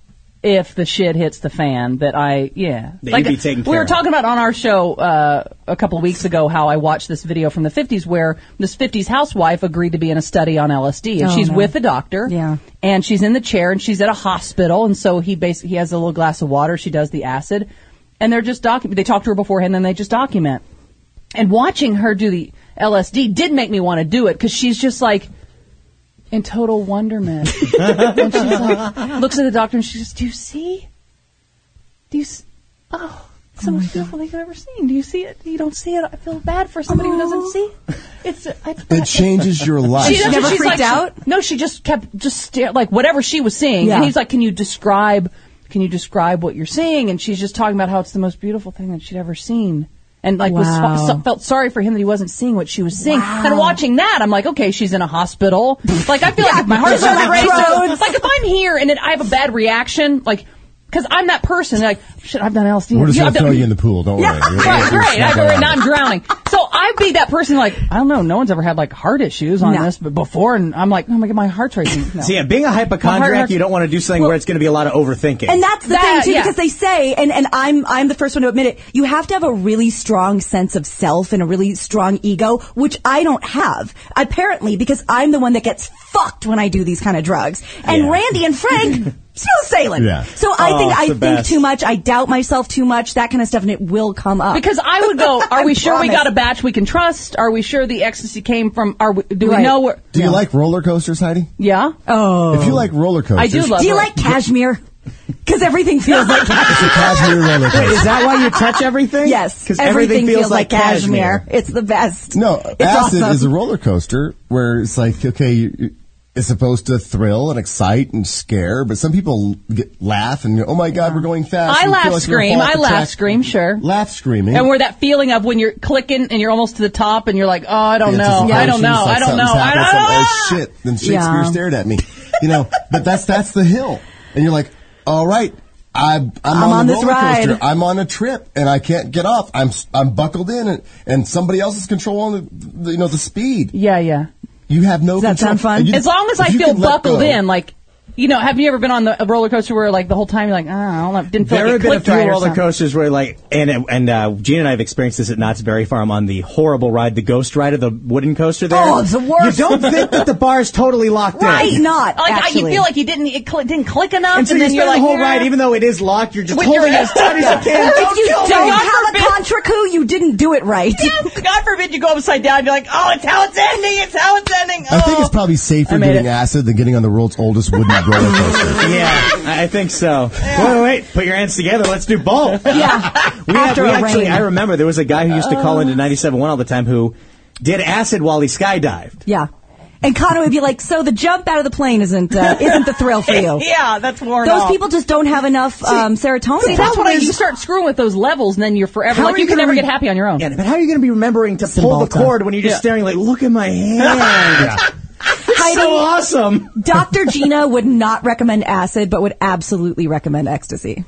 if the shit hits the fan, that I yeah.
That you'd be taken
we
care
were
of.
talking about on our show uh, a couple of weeks ago how I watched this video from the 50s where this 50s housewife agreed to be in a study on LSD and
Oh,
she's
no.
with a doctor.
Yeah.
and she's in the chair and she's at a hospital and so he basically he has a little glass of water she does the acid and they're just docu- they talk to her beforehand and they just document and watching her do the lsd did make me want to do it because she's just like in total wonderment and she's like looks at the doctor and she says do you see do you s- oh it's the most beautiful thing I've ever seen. Do you see it? You don't see it. I feel bad for somebody who
Oh.
doesn't see. It's. I,
It changes your life.
She
that's
never
what she's
freaked
like,
out?
she- no, she just kept just stare, like whatever she was seeing.
Yeah.
And he's like, "Can you describe? Can you describe what you're seeing?" And she's just talking about how it's the most beautiful thing that she'd ever seen. And like
Wow.
was so, felt sorry for him that he wasn't seeing what she was seeing. And watching that, I'm like, okay, she's in a hospital. like I feel like if my heart
She's on
started racing.
electrodes.
Like if I'm here and then I have a bad reaction, like because I'm that person. Like shit, I've done LSD.
We're just
Yeah,
gonna
I've done-
throw you in the pool. Don't worry. You're-
Right,
you're
right.
not
I've
gonna
already not
happen.
drowning. So I'd be that person like, I don't know, no one's ever had like heart issues on
No.
this but before and I'm like, oh my god, my heart's racing. No.
So yeah, being a
My heart
hypochondriac,
hurts.
you don't want to do something
Well-
where it's going to be a lot of overthinking.
And that's the
That-
thing too,
yeah.
because they say, and, and I'm I'm the first one to admit it. You have to have a really strong sense of self and a really strong ego, which I don't have apparently, because I'm the one that gets fucked when I do these kind of drugs. And
Yeah.
Randy and Frank still sailing.
Yeah.
So I
Oh,
think
it's
I
the
think
best.
too much. I doubt myself too much. That kind of stuff, and it will come up.
Because I would go, are we
I
sure we
promise.
got a batch we can trust? Are we sure the ecstasy came from are we, do
Right.
we know where
Do you like roller coasters, Heidi?
Yeah?
oh,
If you like roller coasters,
I do love
do you
it.
like cashmere? Because everything feels like
It's a cashmere roller coaster.
Is that why you touch everything?
yes,
because everything, feels like cashmere.
It's the best.
No,
it's
acid
awesome.
is a roller coaster where it's like, okay, you, you- it's supposed to thrill and excite and scare, but some people get, laugh and, oh my God, we're going fast.
I
and feel
laugh,
like we're gonna
scream.
fall off
I
the
laugh,
track.
scream, sure.
Laugh, screaming.
And where that feeling of when you're clicking and you're almost to the top and you're like, oh, I don't
The
know. I don't
anticipation,
know.
it's like
I don't know.
something's
I
happened,
don't know.
something- Oh shit! Then Shakespeare
Yeah.
stared at me, you know. But that's that's the hill, and you're like, all right, I, I'm, on,
on
the
this
roller coaster.
ride."
I'm on a trip, and I can't get off. I'm s- I'm buckled in, and, and somebody else is controlling the, the you know the speed.
Yeah, yeah.
You have no.
Does that
control.
sound fun?
And you-
As long as
if
I
you
feel
can let
buckled
go-
in, like you know, have you ever been on the a roller coaster where like the whole time you're like, oh, I don't know, didn't feel
There
like it
have been a
clicked
few
right or
roller
something."
coasters where, like, and and uh, Gene and I have experienced this at Knott's Berry Farm on the horrible ride, the ghost ride of the wooden coaster. There,
Oh, it's the worst.
You don't think that the bar's totally locked
Right.
in,
Not,
Like I, you
actually.
feel like you didn't it cl- didn't click enough,
and so
then
you
you're
spend
like,
the whole
"Yeah."
ride, even though it is locked, you're just
With
holding
your-
it as tight as you can.
If you
kill me.
don't
God
have a
forbid.
contra coup, you didn't do it right.
Yeah, God forbid you go upside down and be like, oh, it's how it's ending. It's how it's ending. Oh.
I think it's probably safer
made
getting
it.
acid than getting on the world's oldest wooden roller coaster.
Yeah, I I think so. Wait, wait, wait, put your hands together. Let's do both.
Yeah.
We, had-
After
we
a
actually,
rain. Uh.
I remember there was a guy who used to call into 97.1 all the time who did acid while he skydived.
Yeah. And Connor would be like, so the jump out of the plane isn't uh, isn't the thrill for you.
yeah, that's worn
Those
off.
people just don't have enough um, serotonin.
See, that's what I, you start screwing with those levels, and then you're forever like
are
you, can
gonna
never
re-
get happy on your own.
Yeah, but how are you going to be remembering to pull the
Cymbalta.
cord when you're just
Yeah.
staring like, look at my hand? It's so awesome.
Dr. Gina would not recommend acid, but would absolutely recommend ecstasy.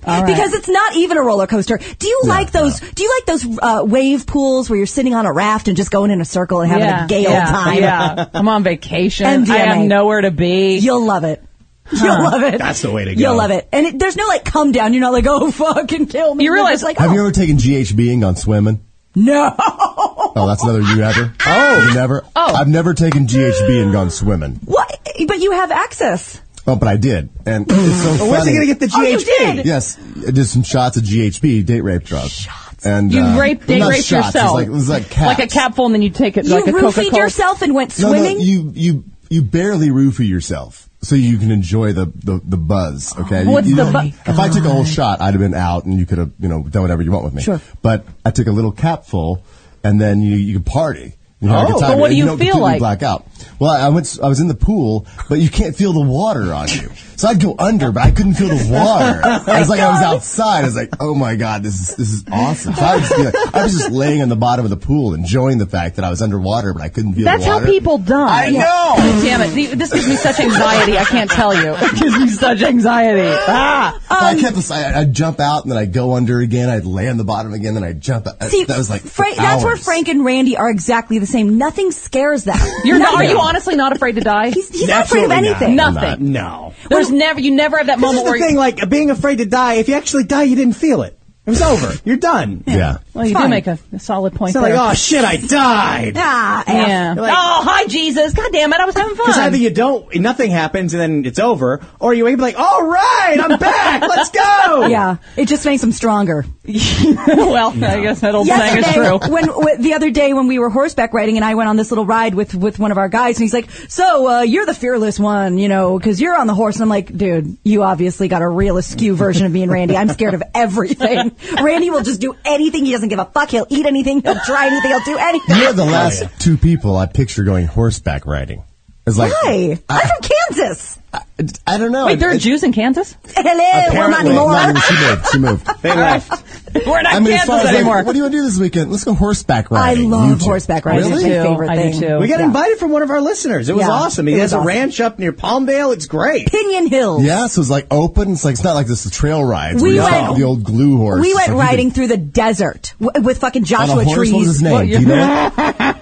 Because it's not even a roller coaster. Do you like those? Do you like those uh, wave pools where you're sitting on a raft and just going in a circle and having a gay
yeah,
old time?
Yeah, I'm on vacation. I
MDMA.
have nowhere to be.
You'll love it. You'll love it.
That's the way to go.
You'll love it. And it, there's no like come down. You're not like oh fucking kill me.
You realize-
It's like
Have
oh,
you ever taken GHB and gone swimming?
no.
Oh, that's another you ever. Oh, you never.
Oh.
I've never taken GHB and gone swimming.
What? But you have access.
Oh, but I did, and it's so funny.
Where's he going to get the
Oh, you
GHB?
did.
Yes, I did some shots of GHB, date rape drug. Shots. And
You
uh,
rape, date
not
rape
shots,
yourself.
It's like, it was like caps.
Like a capful, and then you take it
You
like a
roofied
Coca-Cola.
yourself and went
No, no,
swimming.
you you you barely rue for yourself, so you can enjoy the the, the buzz. Okay.
What's
You- you
the
don't-
bu-
If I took a whole shot, I'd have been out, and you could have you know done whatever you want with me.
Sure.
But I took a little capful, and then you you could party. You had a good
Oh.
time,
But what do
and
you
don't
feel
completely
like?
Black out. Well, I went. I was in the pool, but you can't feel the water on you. So I'd go under, but I couldn't feel the water.
Oh
I was like, I was outside. I was like, oh my god, this is this is awesome. So I, was, you know, I was just laying on the bottom of the pool, enjoying the fact that I was underwater, but I couldn't feel.
That's
the
how
water.
people die.
I know.
Oh, Damn it! The- This gives me such anxiety. I can't tell you. It gives me such anxiety. Ah.
So
Um,
I kept this. I, I'd jump out and then I'd go under again. I'd lay on the bottom again. Then I'd jump. Out.
See,
that was like for
Frank, that's where
hours.
Frank and Randy are exactly the same. Nothing scares them.
You're not, are
Nothing.
you honestly not afraid to die?
He's, he's not afraid of
Absolutely not.
anything.
Nothing.
not.
No.
There's never you never have that
This is
moment
the
where
thing,
you,
like, being afraid to die, if you actually die, you didn't feel it. It was over. You're done.
Yeah.
well, you
fine.
do make a, a solid point
It's not
there.
like, oh, shit, I died.
Ah, F.
yeah.
like-
oh, hi Jesus. God damn it! I was having
Because either
fun.
you don't, nothing happens, and then it's over, or you wake up like, all right, I'm back, let's go.
Yeah, it just makes them stronger.
well, I guess that old saying is
Yesterday,
true.
when, when the other day when we were horseback riding, and I went on this little ride with with one of our guys, and he's like, "So uh, you're the fearless one, you know, because you're on the horse." And I'm like, "Dude, you obviously got a real askew version of me and Randy. I'm scared of everything. Randy will just do anything. He doesn't give a fuck. He'll eat anything. He'll try anything. He'll do anything."
You're the last two people I picture going horseback riding. It's like
Hi, I'm from Kansas.
I, I don't know.
Wait, there are
It-
Jews in Kansas?
Hello, well, not
Apparently-
anymore.
No, she moved. She moved.
They left.
We're not
I mean, as
Kansas
far as like,
anymore.
what do you want to do this weekend? Let's go horseback
I
riding. You
love
two.
horseback riding.
Really?
It's my favorite
I do
thing.
too.
We got
Yeah.
invited from one of our listeners. It was
Yeah,
awesome. He
it
has
was
a
awesome.
ranch up near Palmdale. It's great.
Pinion Hills.
Yeah, so it's like open. It's like it's not like this trail
We
rides. where you
went-
stop with the old glue horse.
We
It's
went
like you
riding
could-
through the desert w- with fucking
on a
Joshua
horse.
trees.
What was his name?
Well,
Do
yeah.
you know? it?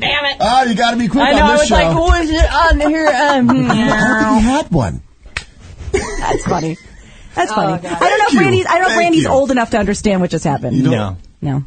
Damn it.
Ah, you got to be quick
I know.
on
I
this
was
show.
like, what is it on here? Um,
I already had one.
That's funny. That's
Oh,
funny. I don't know if
Thank you.
Randy's. I don't know if
Thank
Randy's
you.
old enough to understand what just happened.
don't-
No.
No.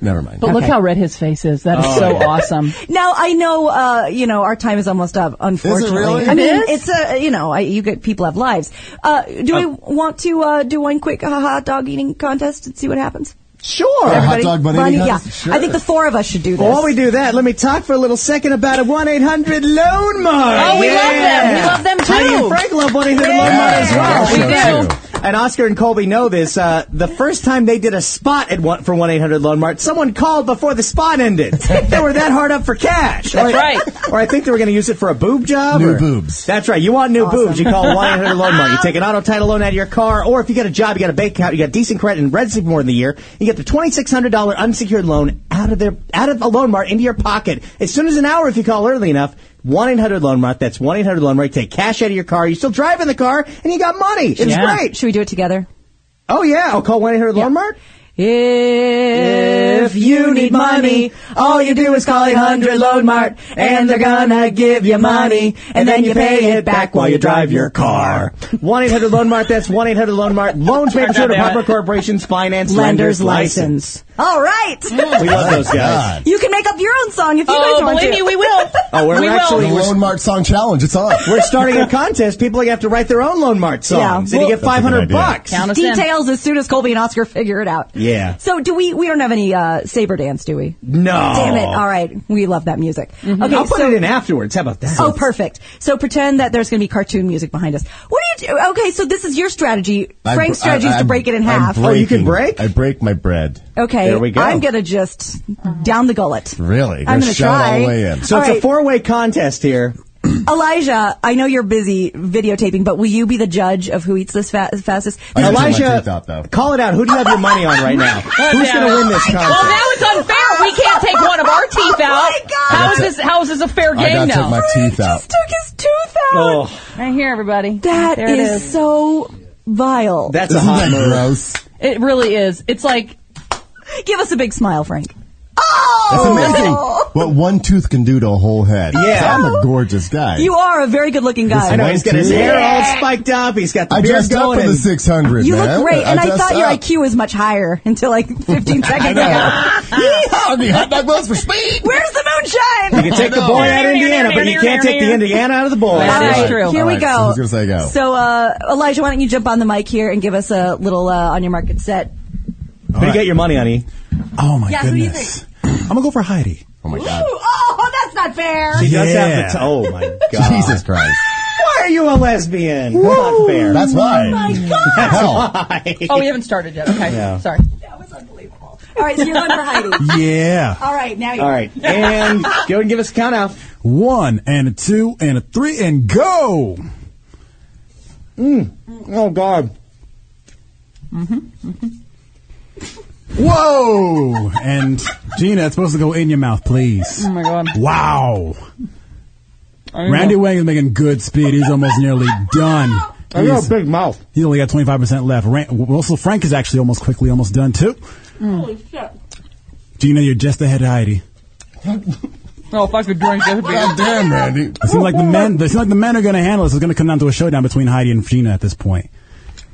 Never mind.
but look
Okay.
how red his face is. That is so awesome.
Now I know. Uh, you know, our time is almost up. Unfortunately,
really?
I
It
mean,
is?
it's a. You know, I, you get people have lives. Uh, do we want to uh, do one quick uh, hot dog eating contest and see what happens?
Sure.
hot dog bunny
Bunny,
eating
yeah.
contest? Sure.
I think the four of us should do this.
Well, while we do that, let me talk for a little second about a 1 800 Loan Mart.
Oh, we love them. We
Yeah.
love them,
Heidi and
too.
Frank love 1 800 Loan Mart as well.
We
Yeah,
do.
sure,
And Oscar and Colby know this. Uh, the first time they did a spot at one, for 1 800 Loan Mart, someone called before the spot ended. they were that hard up for cash. That's
right.
Or I think they were going to use it for a boob job.
New
or-
boobs.
That's right. You want new boobs, you call 1 800 Loan Mart. You take an auto title loan out of your car, or if you got a job, you got a bank account, you got decent credit and rent more than the year, you get the $2,600 unsecured loan out of their out of a Loan Mart into your pocket as soon as an hour if you call early enough. 1 800 Loan Mart. That's 1 800 Loan Mart. Take cash out of your car. You're still driving the car, and you got money. It's
Yeah.
great.
Should we do it together?
Oh yeah, I'll call one eight hundred Loan Mart.
If you need money, all you do is call 800 Loan Mart, and they're gonna give you money, and then you pay it back while you drive your
car. 1 800 Loan Mart. That's 1 800 Loan Mart. Loans made sure to proper corporations, finance,
lender's license. All right,
We love those guys.
you can make up your own song if you guys
Oh,
want
believe
to.
me, we will.
Oh, we're
we
actually-
The
will.
Lone Mart Song Challenge. It's on.
We're starting a contest. People have to write their own Loan Mart songs,
Yeah.
and you get
That's a good
500
idea.
bucks.
Count us in.
Details as soon as Colby and Oscar figure it out.
Yeah.
So do we? We don't have any uh, saber dance, do we?
No. Mm-hmm.
Damn it! All right, we love that music. Okay,
I'll put
so
it in afterwards. How about that?
Oh, perfect. So pretend that there's going to be cartoon music behind us. What do you do? Okay, so this is your strategy.
I-
Frank's
I-
strategy is
I-
to break it in
I'm
half.
Oh, you can
breaking-
break?
I break my bread.
okay,
there we go.
I'm going to just down the gullet.
Really?
I'm
Gonna
going to
shove it all
try.
the way in.
So
All
it's a
right,
four-way contest here.
Elijah, I know you're busy videotaping, but will you be the judge of who eats this fa- fastest?
I gotta check my teeth
Elijah,
out, though.
call it out. Who do you have your money on right now? Who's
down.
going to win this
Well, Oh, now
contest?
it's unfair. We can't take one of our teeth out.
my God.
How is this? How is this a fair
I
game
gotta
now?
take my teeth out.
just took his tooth out.
Oh,
right here, everybody.
That
There it
is so vile.
that's a
Isn't
hot
that
move.
gross?
It really is. It's like
Give us a big smile, Frank.
That's
Oh!
amazing what one tooth can do to a whole head.
Yeah.
I'm a gorgeous guy.
You are a very good-looking guy.
This
I know he's got his
Yeah.
hair all spiked up. He's got the
I
beard
dressed up
going.
for the
and-
600,
You
man.
look great, and I
dressed
thought your
up.
IQ was much higher until like 15 seconds ago.
Yeehaw, the hot dog goes for speed.
Where's the moonshine?
you can take the boy out of Indiana, but you can't take the Indiana out of the boy.
That is
All right,
true.
Here
All
we
right,
go.
so who's gonna say go?
So, uh, Elijah, why don't you jump on the mic here and give us a little uh, on your market set?
Who do you get your money on? E?
Oh my
Yes, what do you
goodness. I'm gonna go for Heidi.
Oh my god.
Oh, that's not fair.
He does
Yeah.
have the. T- oh my god!
Jesus Christ.
Why are you a lesbian? Not fair.
That's
Oh,
why.
God,
Hell.
oh, we haven't started yet. Okay, sorry.
that was unbelievable. All right, so you're on for Heidi.
Yeah.
All right, now you.
All right, and go and give us a count out.
One and a two and a three and go.
Oh God!
Whoa! And Gina, it's supposed to go in your mouth, please.
Oh my god.
Wow.
I don't
Randy
know.
Wang is making good speed. He's almost nearly done. He's,
big mouth.
he's only got 25% left. Ran- Russell Frank is actually almost quickly almost done, too. Gina, you're just ahead of Heidi.
Oh, if I could drink, that would be.
God damn, Randy.
It seems like the men. It seems like the men are going to handle this. It's going to come down to a showdown between Heidi and Gina at this point.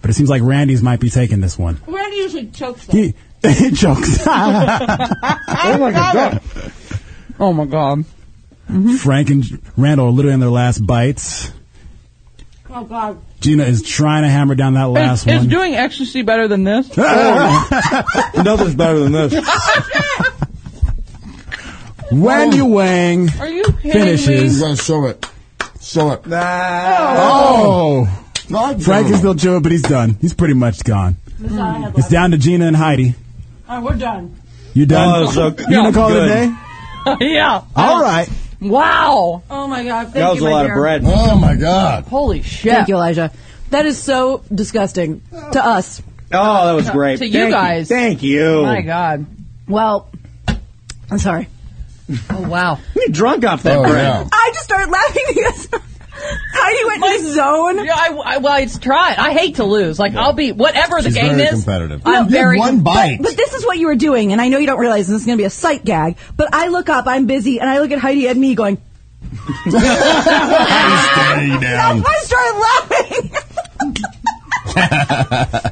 But it seems like Randy's might be taking this one.
Randy usually chokes.
He, he jokes.
Oh my God!
Oh my god.
Frank and Randall are literally on their last bites.
Oh god.
Gina is trying to hammer down that last
Is, is
one.
doing ecstasy better than this?
Nothing's better than this.
Wendy Wang
Are you kidding
finishes.
me?
show it. Show it.
Oh, Frank is still chewing, but he's done. He's pretty much gone. It's down to Gina and Heidi.
we're done.
You done?
Oh, so-
you gonna call it
good.
a day?
yeah. Uh,
All right.
Wow. Oh my god.
That was a lot of bread.
Oh my god.
Holy shit.
Thank you, Elijah. That is so disgusting to us.
Oh, that was great.
To you
Thank
guys.
Thank you.
Oh, My god.
Well, I'm sorry.
Oh wow.
You drunk off that
Oh
bread.
yeah.
I just started laughing because Heidi went in the zone.
Yeah, I, I, well, it's tried. I hate to lose. Like, I'll be whatever the
She's
game
very
is.
competitive.
I'm
You had
very
one bite.
But this is what you were doing, and I know you don't realize this is going to be a sight gag. But I look up, I'm busy, and I look at Heidi and me going,
Stay down.
I started laughing.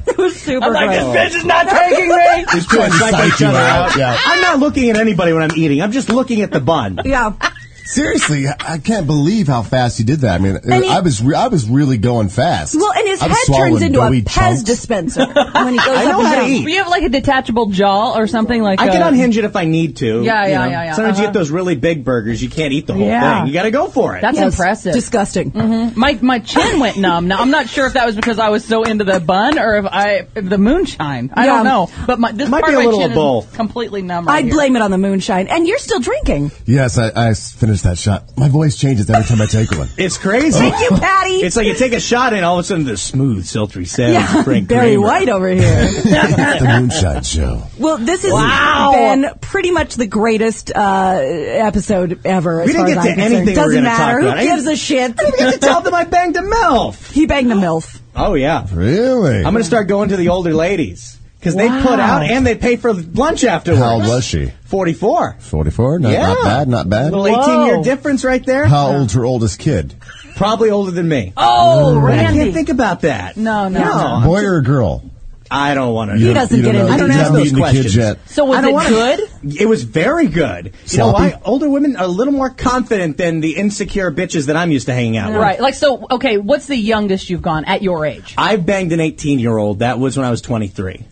it was super
Oh.
I'm like,
gross.
this bitch is not taking me.
These two are psyching
Psych
each
you
other out.
out, yeah.
I'm not looking at anybody when I'm eating. I'm just looking at the bun.
Yeah.
Seriously, I can't believe how fast you did that. I mean,
And he-
I was re- I was really going fast.
Well, and his
I was
head
swallowing
turns into a
doughy
Pez
chunks.
dispenser when he goes
I know
up and
how to
down.
eat.
you have like a detachable jaw or something like
I
uh,
can unhinge it if I need to.
Yeah,
you
yeah,
know.
yeah, yeah.
Sometimes you
Uh-huh.
get those really big burgers. You can't eat the whole
Yeah.
thing. You got to go for it.
That's
Yes.
impressive.
Disgusting.
my my chin went numb. Now I'm not sure if that was because I was so into the bun or if I if the moonshine. I
Yeah.
don't know. But my this
Might
part
be a
of my
little
chin
of both.
is completely numb. Right
I'd
here.
blame it on the moonshine. And you're still drinking.
Yes, I, I s- finished that shot. My voice changes every time I take one.
it's crazy.
Thank you, Patty.
It's like you take a shot and all of a sudden the smooth, sultry sound.
yeah,
of Frank
Barry
Kramer.
White over here.
the moonshot show.
well, this has
Wow.
been pretty much the greatest uh, episode ever. as
We
far
didn't get
as
to
I'm concerned.
anything we were
Doesn't
gonna
matter.
talk
Who
about. I didn't-
gives a shit?
I didn't get to tell them I banged a MILF.
He banged a milf.
Oh, yeah.
Really?
I'm going to start going to the older ladies. because they put out and they pay for lunch afterwards.
How old was she?
Forty-four.
44? Not,
yeah,
not bad, not bad.
Little eighteen-year difference right there.
How old's her oldest kid?
Probably older than me.
Oh,
I
Randy.
can't think about that.
No, no, no.
Boy or girl?
I don't want to.
You
He
don't-
doesn't
you
get
don't
into I
know.
don't
You
ask
haven't
those
eaten the kids
questions.
yet.
So was
I don't
it
wanna-
good?
It was very good. You know
Sloppy?
why? Older women are a little more confident than the insecure bitches that I'm used to hanging out with.
Right. Like so. Okay. What's the youngest you've gone at your age?
I banged an 18 year old. That was when I was 23.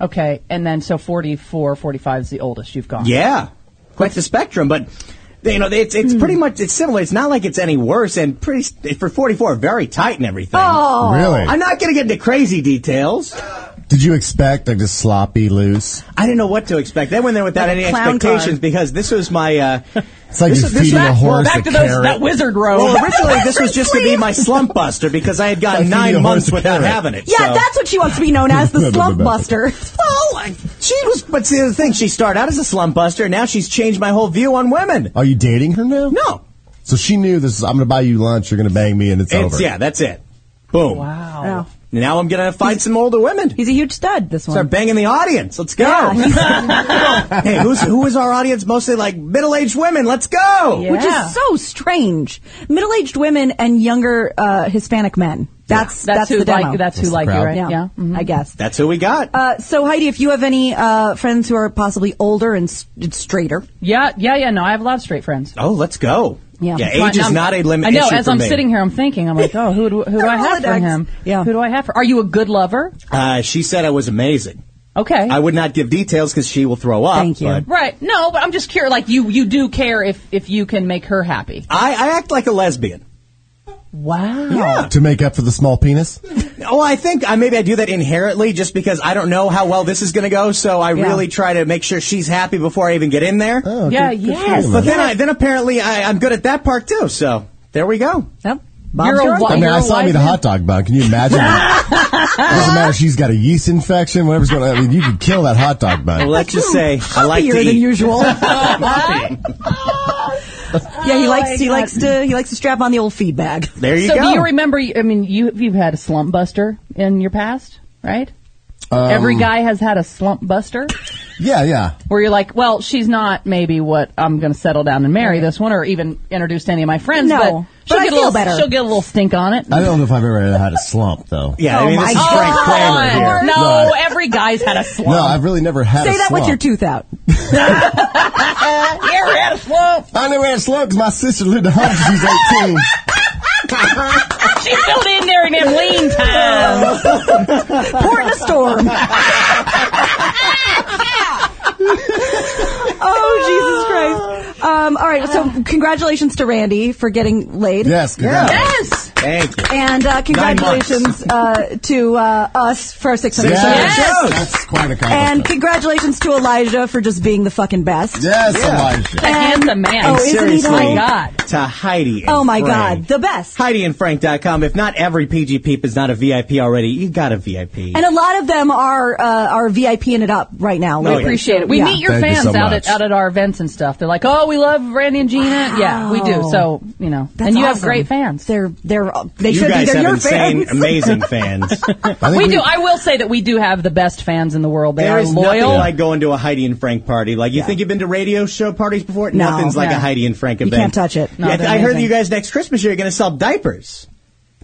Okay. And then so 44, 45 is the oldest you've gone.
Yeah, quite the spectrum. But you know, it's it's
Hmm.
pretty much it's similar. It's not like it's any worse. And pretty for 44, very tight and everything.
Oh.
Really?
I'm not going to get into crazy details.
Did you expect like just sloppy, loose?
I didn't know what to expect. They went there without
Like a
any
clown
expectations
card.
because this was my. Uh,
It's like
this,
you're
this
feeding
was-
a horse
Back
a
to those,
carrot.
that wizard row.
Well, originally this was just to be my slump buster because I had gotten
Like feeding
nine
a horse
months
a
without
carrot.
having it.
Yeah,
so-
that's what she wants to be known as, the slump buster. Oh.
Well, I- she was, but see the thing, she started out as a slump buster, and now she's changed my whole view on women.
Are you dating her now?
No,
So she knew this. Is, I'm going to buy you lunch. You're going to bang me, and it's,
it's
over.
yeah, that's it. Boom.
Wow.
Now I'm gonna find some older women.
He's a huge stud, this one.
Start banging the audience. Let's go.
Yeah,
Oh. hey, who's who is our audience? Mostly like middle-aged women. Let's go.
Yeah.
which is so strange. Middle-aged women and younger uh, Hispanic men. That's
That's,
that's,
who
the demo.
like. That's who
the
like you,
crowd.
right?
yeah,
yeah. Mm-hmm.
I guess.
That's who we got.
Uh, so Heidi, if you have any uh, friends who are possibly older and s- straighter,
Yeah, yeah, yeah. No, I have a lot of straight friends.
oh, let's go.
Yeah.
yeah
Come on,
age is
I'm-
not a limit.
I know.
issue
As
for
I'm
me.
sitting here, I'm thinking. I'm like, oh, who do, who do I have for
Rolodex.
him?
Yeah.
Who do I have for? Are you a good lover?
uh, she said I was amazing.
Okay.
I would not give details because she will throw up.
Thank you.
but-
right. No, but I'm just curious. Like you, you do care if if you can make her happy.
I, I act like a lesbian.
Wow.
Yeah.
To make up for the small penis.
Oh, I think I, maybe I do that inherently just because I don't know how well this is going to go, so I
Yeah.
really try to make sure she's happy before I even get in there.
Oh,
Yeah,
good- good for
yes.
you,
but
man.
then, I, then apparently I, I'm good at that part too. So there we go.
yep.
You're a
your
wi-
I mean,
you're
I
a
saw me
wise
the
man.
hot dog bun. Can you imagine? that? doesn't matter. if She's got a yeast infection. Whatever's going. on. I mean, you could kill that hot dog bun.
Well, let's just say I like to
happier than
eat.
usual. yeah, he likes he
God.
likes to he likes to strap on the old feed bag.
There you
so
go.
do you remember? I mean, you you've had a slump buster in your past, right?
Um,
Every guy has had a slump buster
Yeah, yeah.
where you're like, well, she's not maybe what I'm going to settle down and marry this one, or even introduce to any of my friends.
No,
but
but
she'll
I
get a
feel
little,
better.
She'll get a little stink on it.
I don't know if I've ever had a slump though.
yeah, I mean, this is
Oh my
Frank
God.
Kramer here.
No,
Right.
Oh, every guy's had a slump.
No, I've really never had.
Say
a
that
slump.
with your tooth out.
You ever had a slump?
I never had a slump because my sister lived at home till she was eighteen.
She filled in there in them lean times.
Port in a storm. oh Jesus Christ! Um, all right, so congratulations to Randy for getting laid.
yes, yeah.
Yes.
Thank you.
And uh, congratulations uh, to uh, us for our 600
Yes.
shows.
Yes.
that's quite a compliment.
And congratulations to Elijah for just being the fucking best.
yes, Elijah.
That handsome man.
Oh, isn't he
Seriously,
though?
God.
to Heidi. And
Oh my God,
Frank.
the best.
HeidiandFrank.com. If not every PG peep is not a VIP already, you got a VIP.
And a lot of them are uh, are VIPing it up right now.
Oh, yeah.
We appreciate it. We
Yeah.
meet your
Thank you
fans
so
out
much.
at out at our events and stuff. They're like, "Oh, we love Randy and Gina." Yeah, we do.
Wow.
So you know,
That's
and you have
awesome.
great fans.
They're they're they
you
should be.
guys
They're
have
your
insane,
fans.
amazing fans.
I think
we, do. I will say that we do have the best fans in the world. They
There
are
is
loyal.
nothing like going to a Heidi and Frank party. Like you think you've been to radio show parties before?
No.
Nothing's like
No.
a Heidi and Frank
You
event.
can't touch it. No,
Yeah,
they're
I heard
amazing.
you guys next Christmas you're going to sell diapers.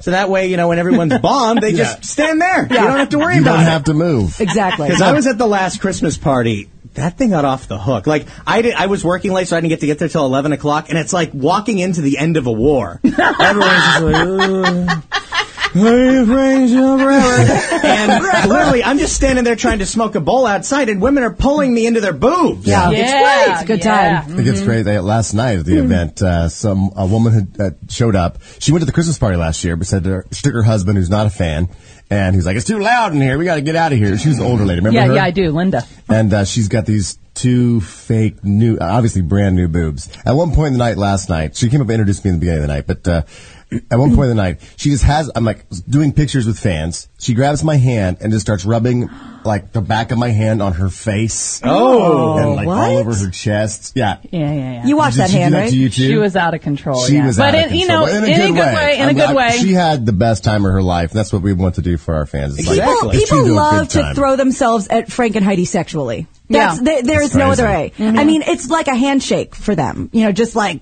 So that way, you know, when everyone's bombed, they just stand there. You don't have to worry
you
about
don't
it.
have to move.
exactly.
Because I was at the last Christmas party. That thing got off the hook. Like I did, I was working late, so I didn't get to get there till eleven o'clock. And it's like walking into the end of a war. Everyone's just like, "Ugh. Hey, friends, you're right." and literally, I'm just standing there trying to smoke a bowl outside, and women are pulling me into their boobs.
Yeah.
Yeah,
It's great. It's a good
yeah.
time.
It gets great. They, last night at the
Hmm.
event, uh, some a woman who uh, showed up. She went to the Christmas party last year, but said to her, she took her husband, who's not a fan, and he was like, "It's too loud in here. We got to get out of here." She was an older lady. Remember
Yeah,
her?
yeah, I uh-huh. do, Linda.
and uh, she's got these two fake new, obviously brand new boobs. At one point in the night last night, she came up and introduced me in the beginning of the night, but uh, at one point in the night, she just has, I'm like doing pictures with fans. She grabs my hand and just starts rubbing like the back of my hand on her face. Oh. And like all
What?
over her chest. Yeah.
Yeah, yeah, yeah.
You watch
Did
that
she do
hand,
that
right?
to you too?
She was out of control.
She
yeah.
was
but
out
in,
of
you know,
control, but
in, a good way, in
I'm
a good
not-
way.
She had the best time of her life. That's what we want to do for our fans. It's like,
People,
Exactly.
let's
people
do a good
love to
time.
throw themselves at Frank and Heidi sexually. That's,
Yeah. Mm-hmm.
there- there is
It's
no other way.
crazy.
I mean, it's like a handshake for them. You know, just like,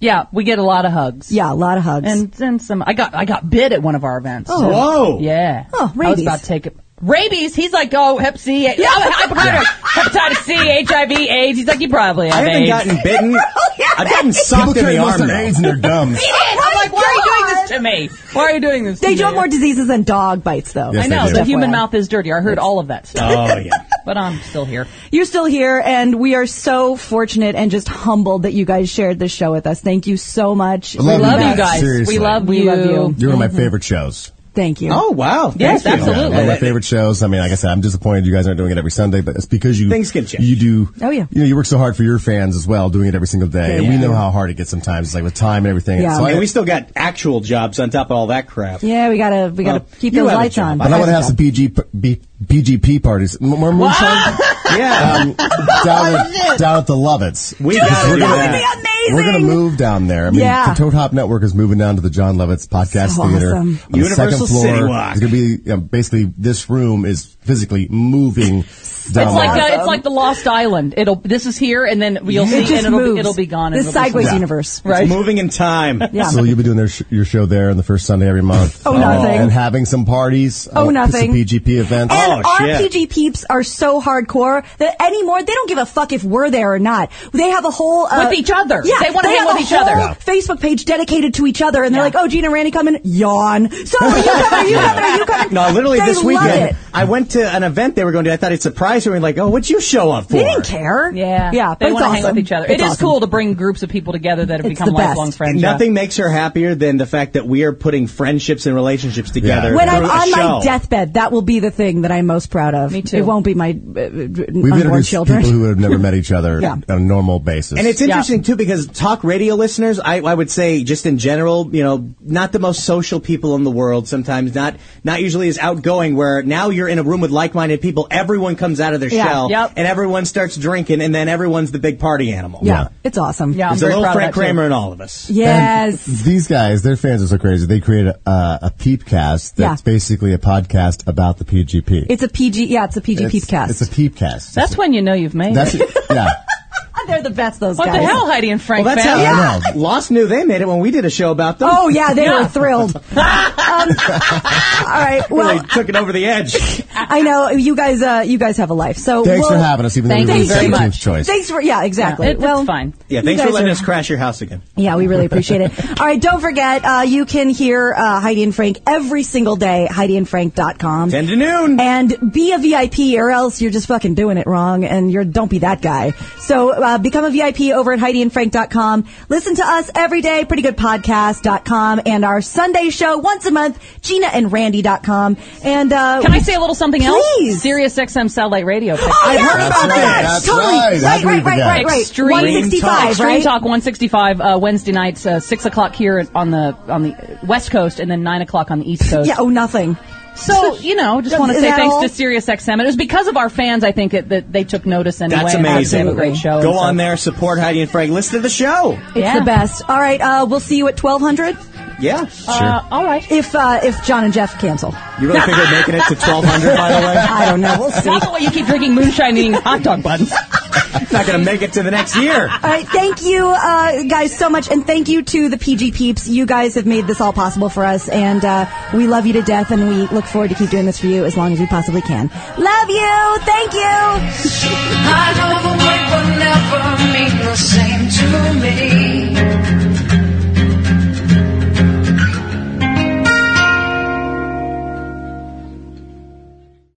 yeah, we get a lot of hugs.
yeah, a lot of hugs.
and then some. I got I got bit at one of our events.
Oh.
Whoa.
Yeah.
Oh,
I was
rabies.
about to take it. Rabies. He's like, oh, Hep C, yeah. hepatitis, hepatitis C, HIV, AIDS. He's like, you probably
I
have
haven't
AIDS.
gotten bitten. I've gotten
People
socked in
carry
the
most
arm
of
though.
their AIDS in their gums.
Oh
I'm like, why are you doing this to me? Why are you doing this?
they
to
do have
me?
more diseases than dog bites, though.
Yes,
I
they
know
do.
the human
FYI.
mouth is dirty. I heard all of that stuff,
Oh yeah.
but I'm still here.
You're still here, and we are so fortunate and just humbled that you guys shared this show with us. Thank you so much.
I love
We
you
Love
Yeah,
you guys.
seriously.
We love
We
you.
love you.
You're one of my favorite shows.
Thank you.
Oh wow.
Yes,
Thank you.
Yeah,
absolutely.
one of my favorite shows. I mean, like I said, I'm disappointed you guys aren't doing it every Sunday, but it's because you
Things can change.
You do.
Oh, yeah.
You know, you work so hard for your fans as well, doing it every single day, and we know how hard it gets sometimes, like with time and everything.
Yeah.
So
I
I,
mean, we still got actual jobs on top of all that crap.
Yeah, we gotta we gotta
Well,
keep
you
those
have a
lights on.
job.
and I want to Uh, have some PG, p- B- BGP parties. M- More moonshine
Yeah.
um, down, at, down at the Lovitz.
We gotta do
That
that.
would be amazing.
We're gonna move down there. I mean,
Yeah.
the Toad Hop Network is moving down to the John Lovitz Podcast
So
Theater
awesome.
on the
Universal
second floor.
City Walk.
It's gonna be you know, basically this room is physically moving. down
It's like
there.
uh, it's like the Lost Island. It'll this is here, and then you'll see,
It just
and it'll
moves.
be, it'll be gone. and
This
it'll be
sideways
somewhere.
universe.
right?
It's moving in time.
Yeah.
So you'll be doing their sh- your show there on the first Sunday every month. Um,
Oh, nothing.
And having some parties.
Oh,
uh,
nothing.
Some PGP events.
And
Oh,
our
shit.
PG peeps are so hardcore that anymore they don't give a fuck if we're there or not. They have a whole uh,
With each other.
Yeah,
They wanna hang
have
with
a
each other.
whole
Yeah.
Facebook page dedicated to each other, and they're
Yeah.
like, "Oh, Gina and Randy coming? Yawn. So are you coming? Are you coming? Are you coming?"
No, literally
They
this
love it.
weekend, I went to an event they were going to. I thought it's a prize. We were like, oh, what'd you show up for?
They didn't care.
Yeah,
yeah. but
They
it's
want to hang
awesome.
with each other.
It's
it is
awesome.
cool to bring groups of people together that have
It's
become
the best.
lifelong friends.
And Nothing makes her happier than the fact that we are putting friendships and relationships together.
When I'm
through a
on my
show.
deathbed, that will be the thing that I'm most proud of.
Me too.
It won't be my uh,
We've
unborn
introduced
children.
people who have never met each other
Yeah.
on a normal basis.
And it's
Yeah.
interesting too because talk radio listeners, I, I would say just in general, you know, not the most social people in the world. Sometimes not, not usually as outgoing. Where now you're in a room with like-minded people, everyone comes out of their
Yeah.
shell,
Yep.
and everyone starts drinking, and then everyone's the big party animal.
yeah. it's awesome.
Yeah.
it's
I'm
a
very
little
proud of
Frank
that, too.
Kramer in all of us.
Yes.
And these guys, their fans are so crazy. They create a, uh, a peepcast that's
Yeah.
basically a podcast about the PGP.
It's a PG. Yeah, it's a PG
It's-
Peepcast.
It's a peepcast.
That's when you know you've made
That's
it.
it. Yeah.
They're the best. Those
What
guys.
Ah, the hell, Heidi and Frank?
Well, that's how
fans?
Yeah.
I know. Lost knew they made it when we did a show about them.
Oh yeah, they were thrilled. um, all right.
Really
Well,
took it over the edge.
I know you guys. Uh, you guys have a life. So
Thanks
we'll-
for having us, even though we
Thank
were
you
the
very
17th
much.
choice.
Thanks for yeah, exactly.
It- it's
well,
fine.
Yeah,
you
thanks for
guys
letting
are-
us crash your house again.
Yeah, we really appreciate it. All right, don't forget uh, you can hear uh, Heidi and Frank every single day. HeidiandFrank.com.
10 to noon.
and be a VIP or else you're just fucking doing it wrong and you're don't be that guy. So uh, become a VIP over at HeidiandFrank.com. Listen to us every day, prettygoodpodcast.com and our Sunday show once a month, GinaandRandy.com. And uh,
Can I say a little something
Please.
else? Sirius XM satellite radio. picked
Oh,
up.
yeah,
heard
about that.
about that. That's
totally.
right.
Right,
That's what
right,
we
right,
forgot.
right, right.
Extreme
165,
Extreme
right?
Talk 165 uh, Wednesday nights, uh, six o'clock here on the on the West Coast, and then nine o'clock on the East Coast.
Yeah, oh, nothing.
So you know, just want to
Is
say
that
thanks
all?
to Sirius XM. It was because of our fans, I think, that, that they took notice anyway.
That's
and thought it was
amazing.
A great show.
Go
and so-
on there, support Heidi and Frank. Listen to the show.
It's
Yeah.
the best. All right, uh, we'll see you at 1200
Yeah.
Uh, all right.
if uh, if John and Jeff cancel.
You really think we're making it to 1200, by the way?
I don't know. We'll see.
Not the way you keep drinking moonshine and eating hot dog buns.
not going to make it to the next year.
All right, thank you uh, guys so much, and thank you to the PG peeps. You guys have made this all possible for us, and uh, we love you to death, and we look forward to keep doing this for you as long as we possibly can. Love you, thank you.
I know the way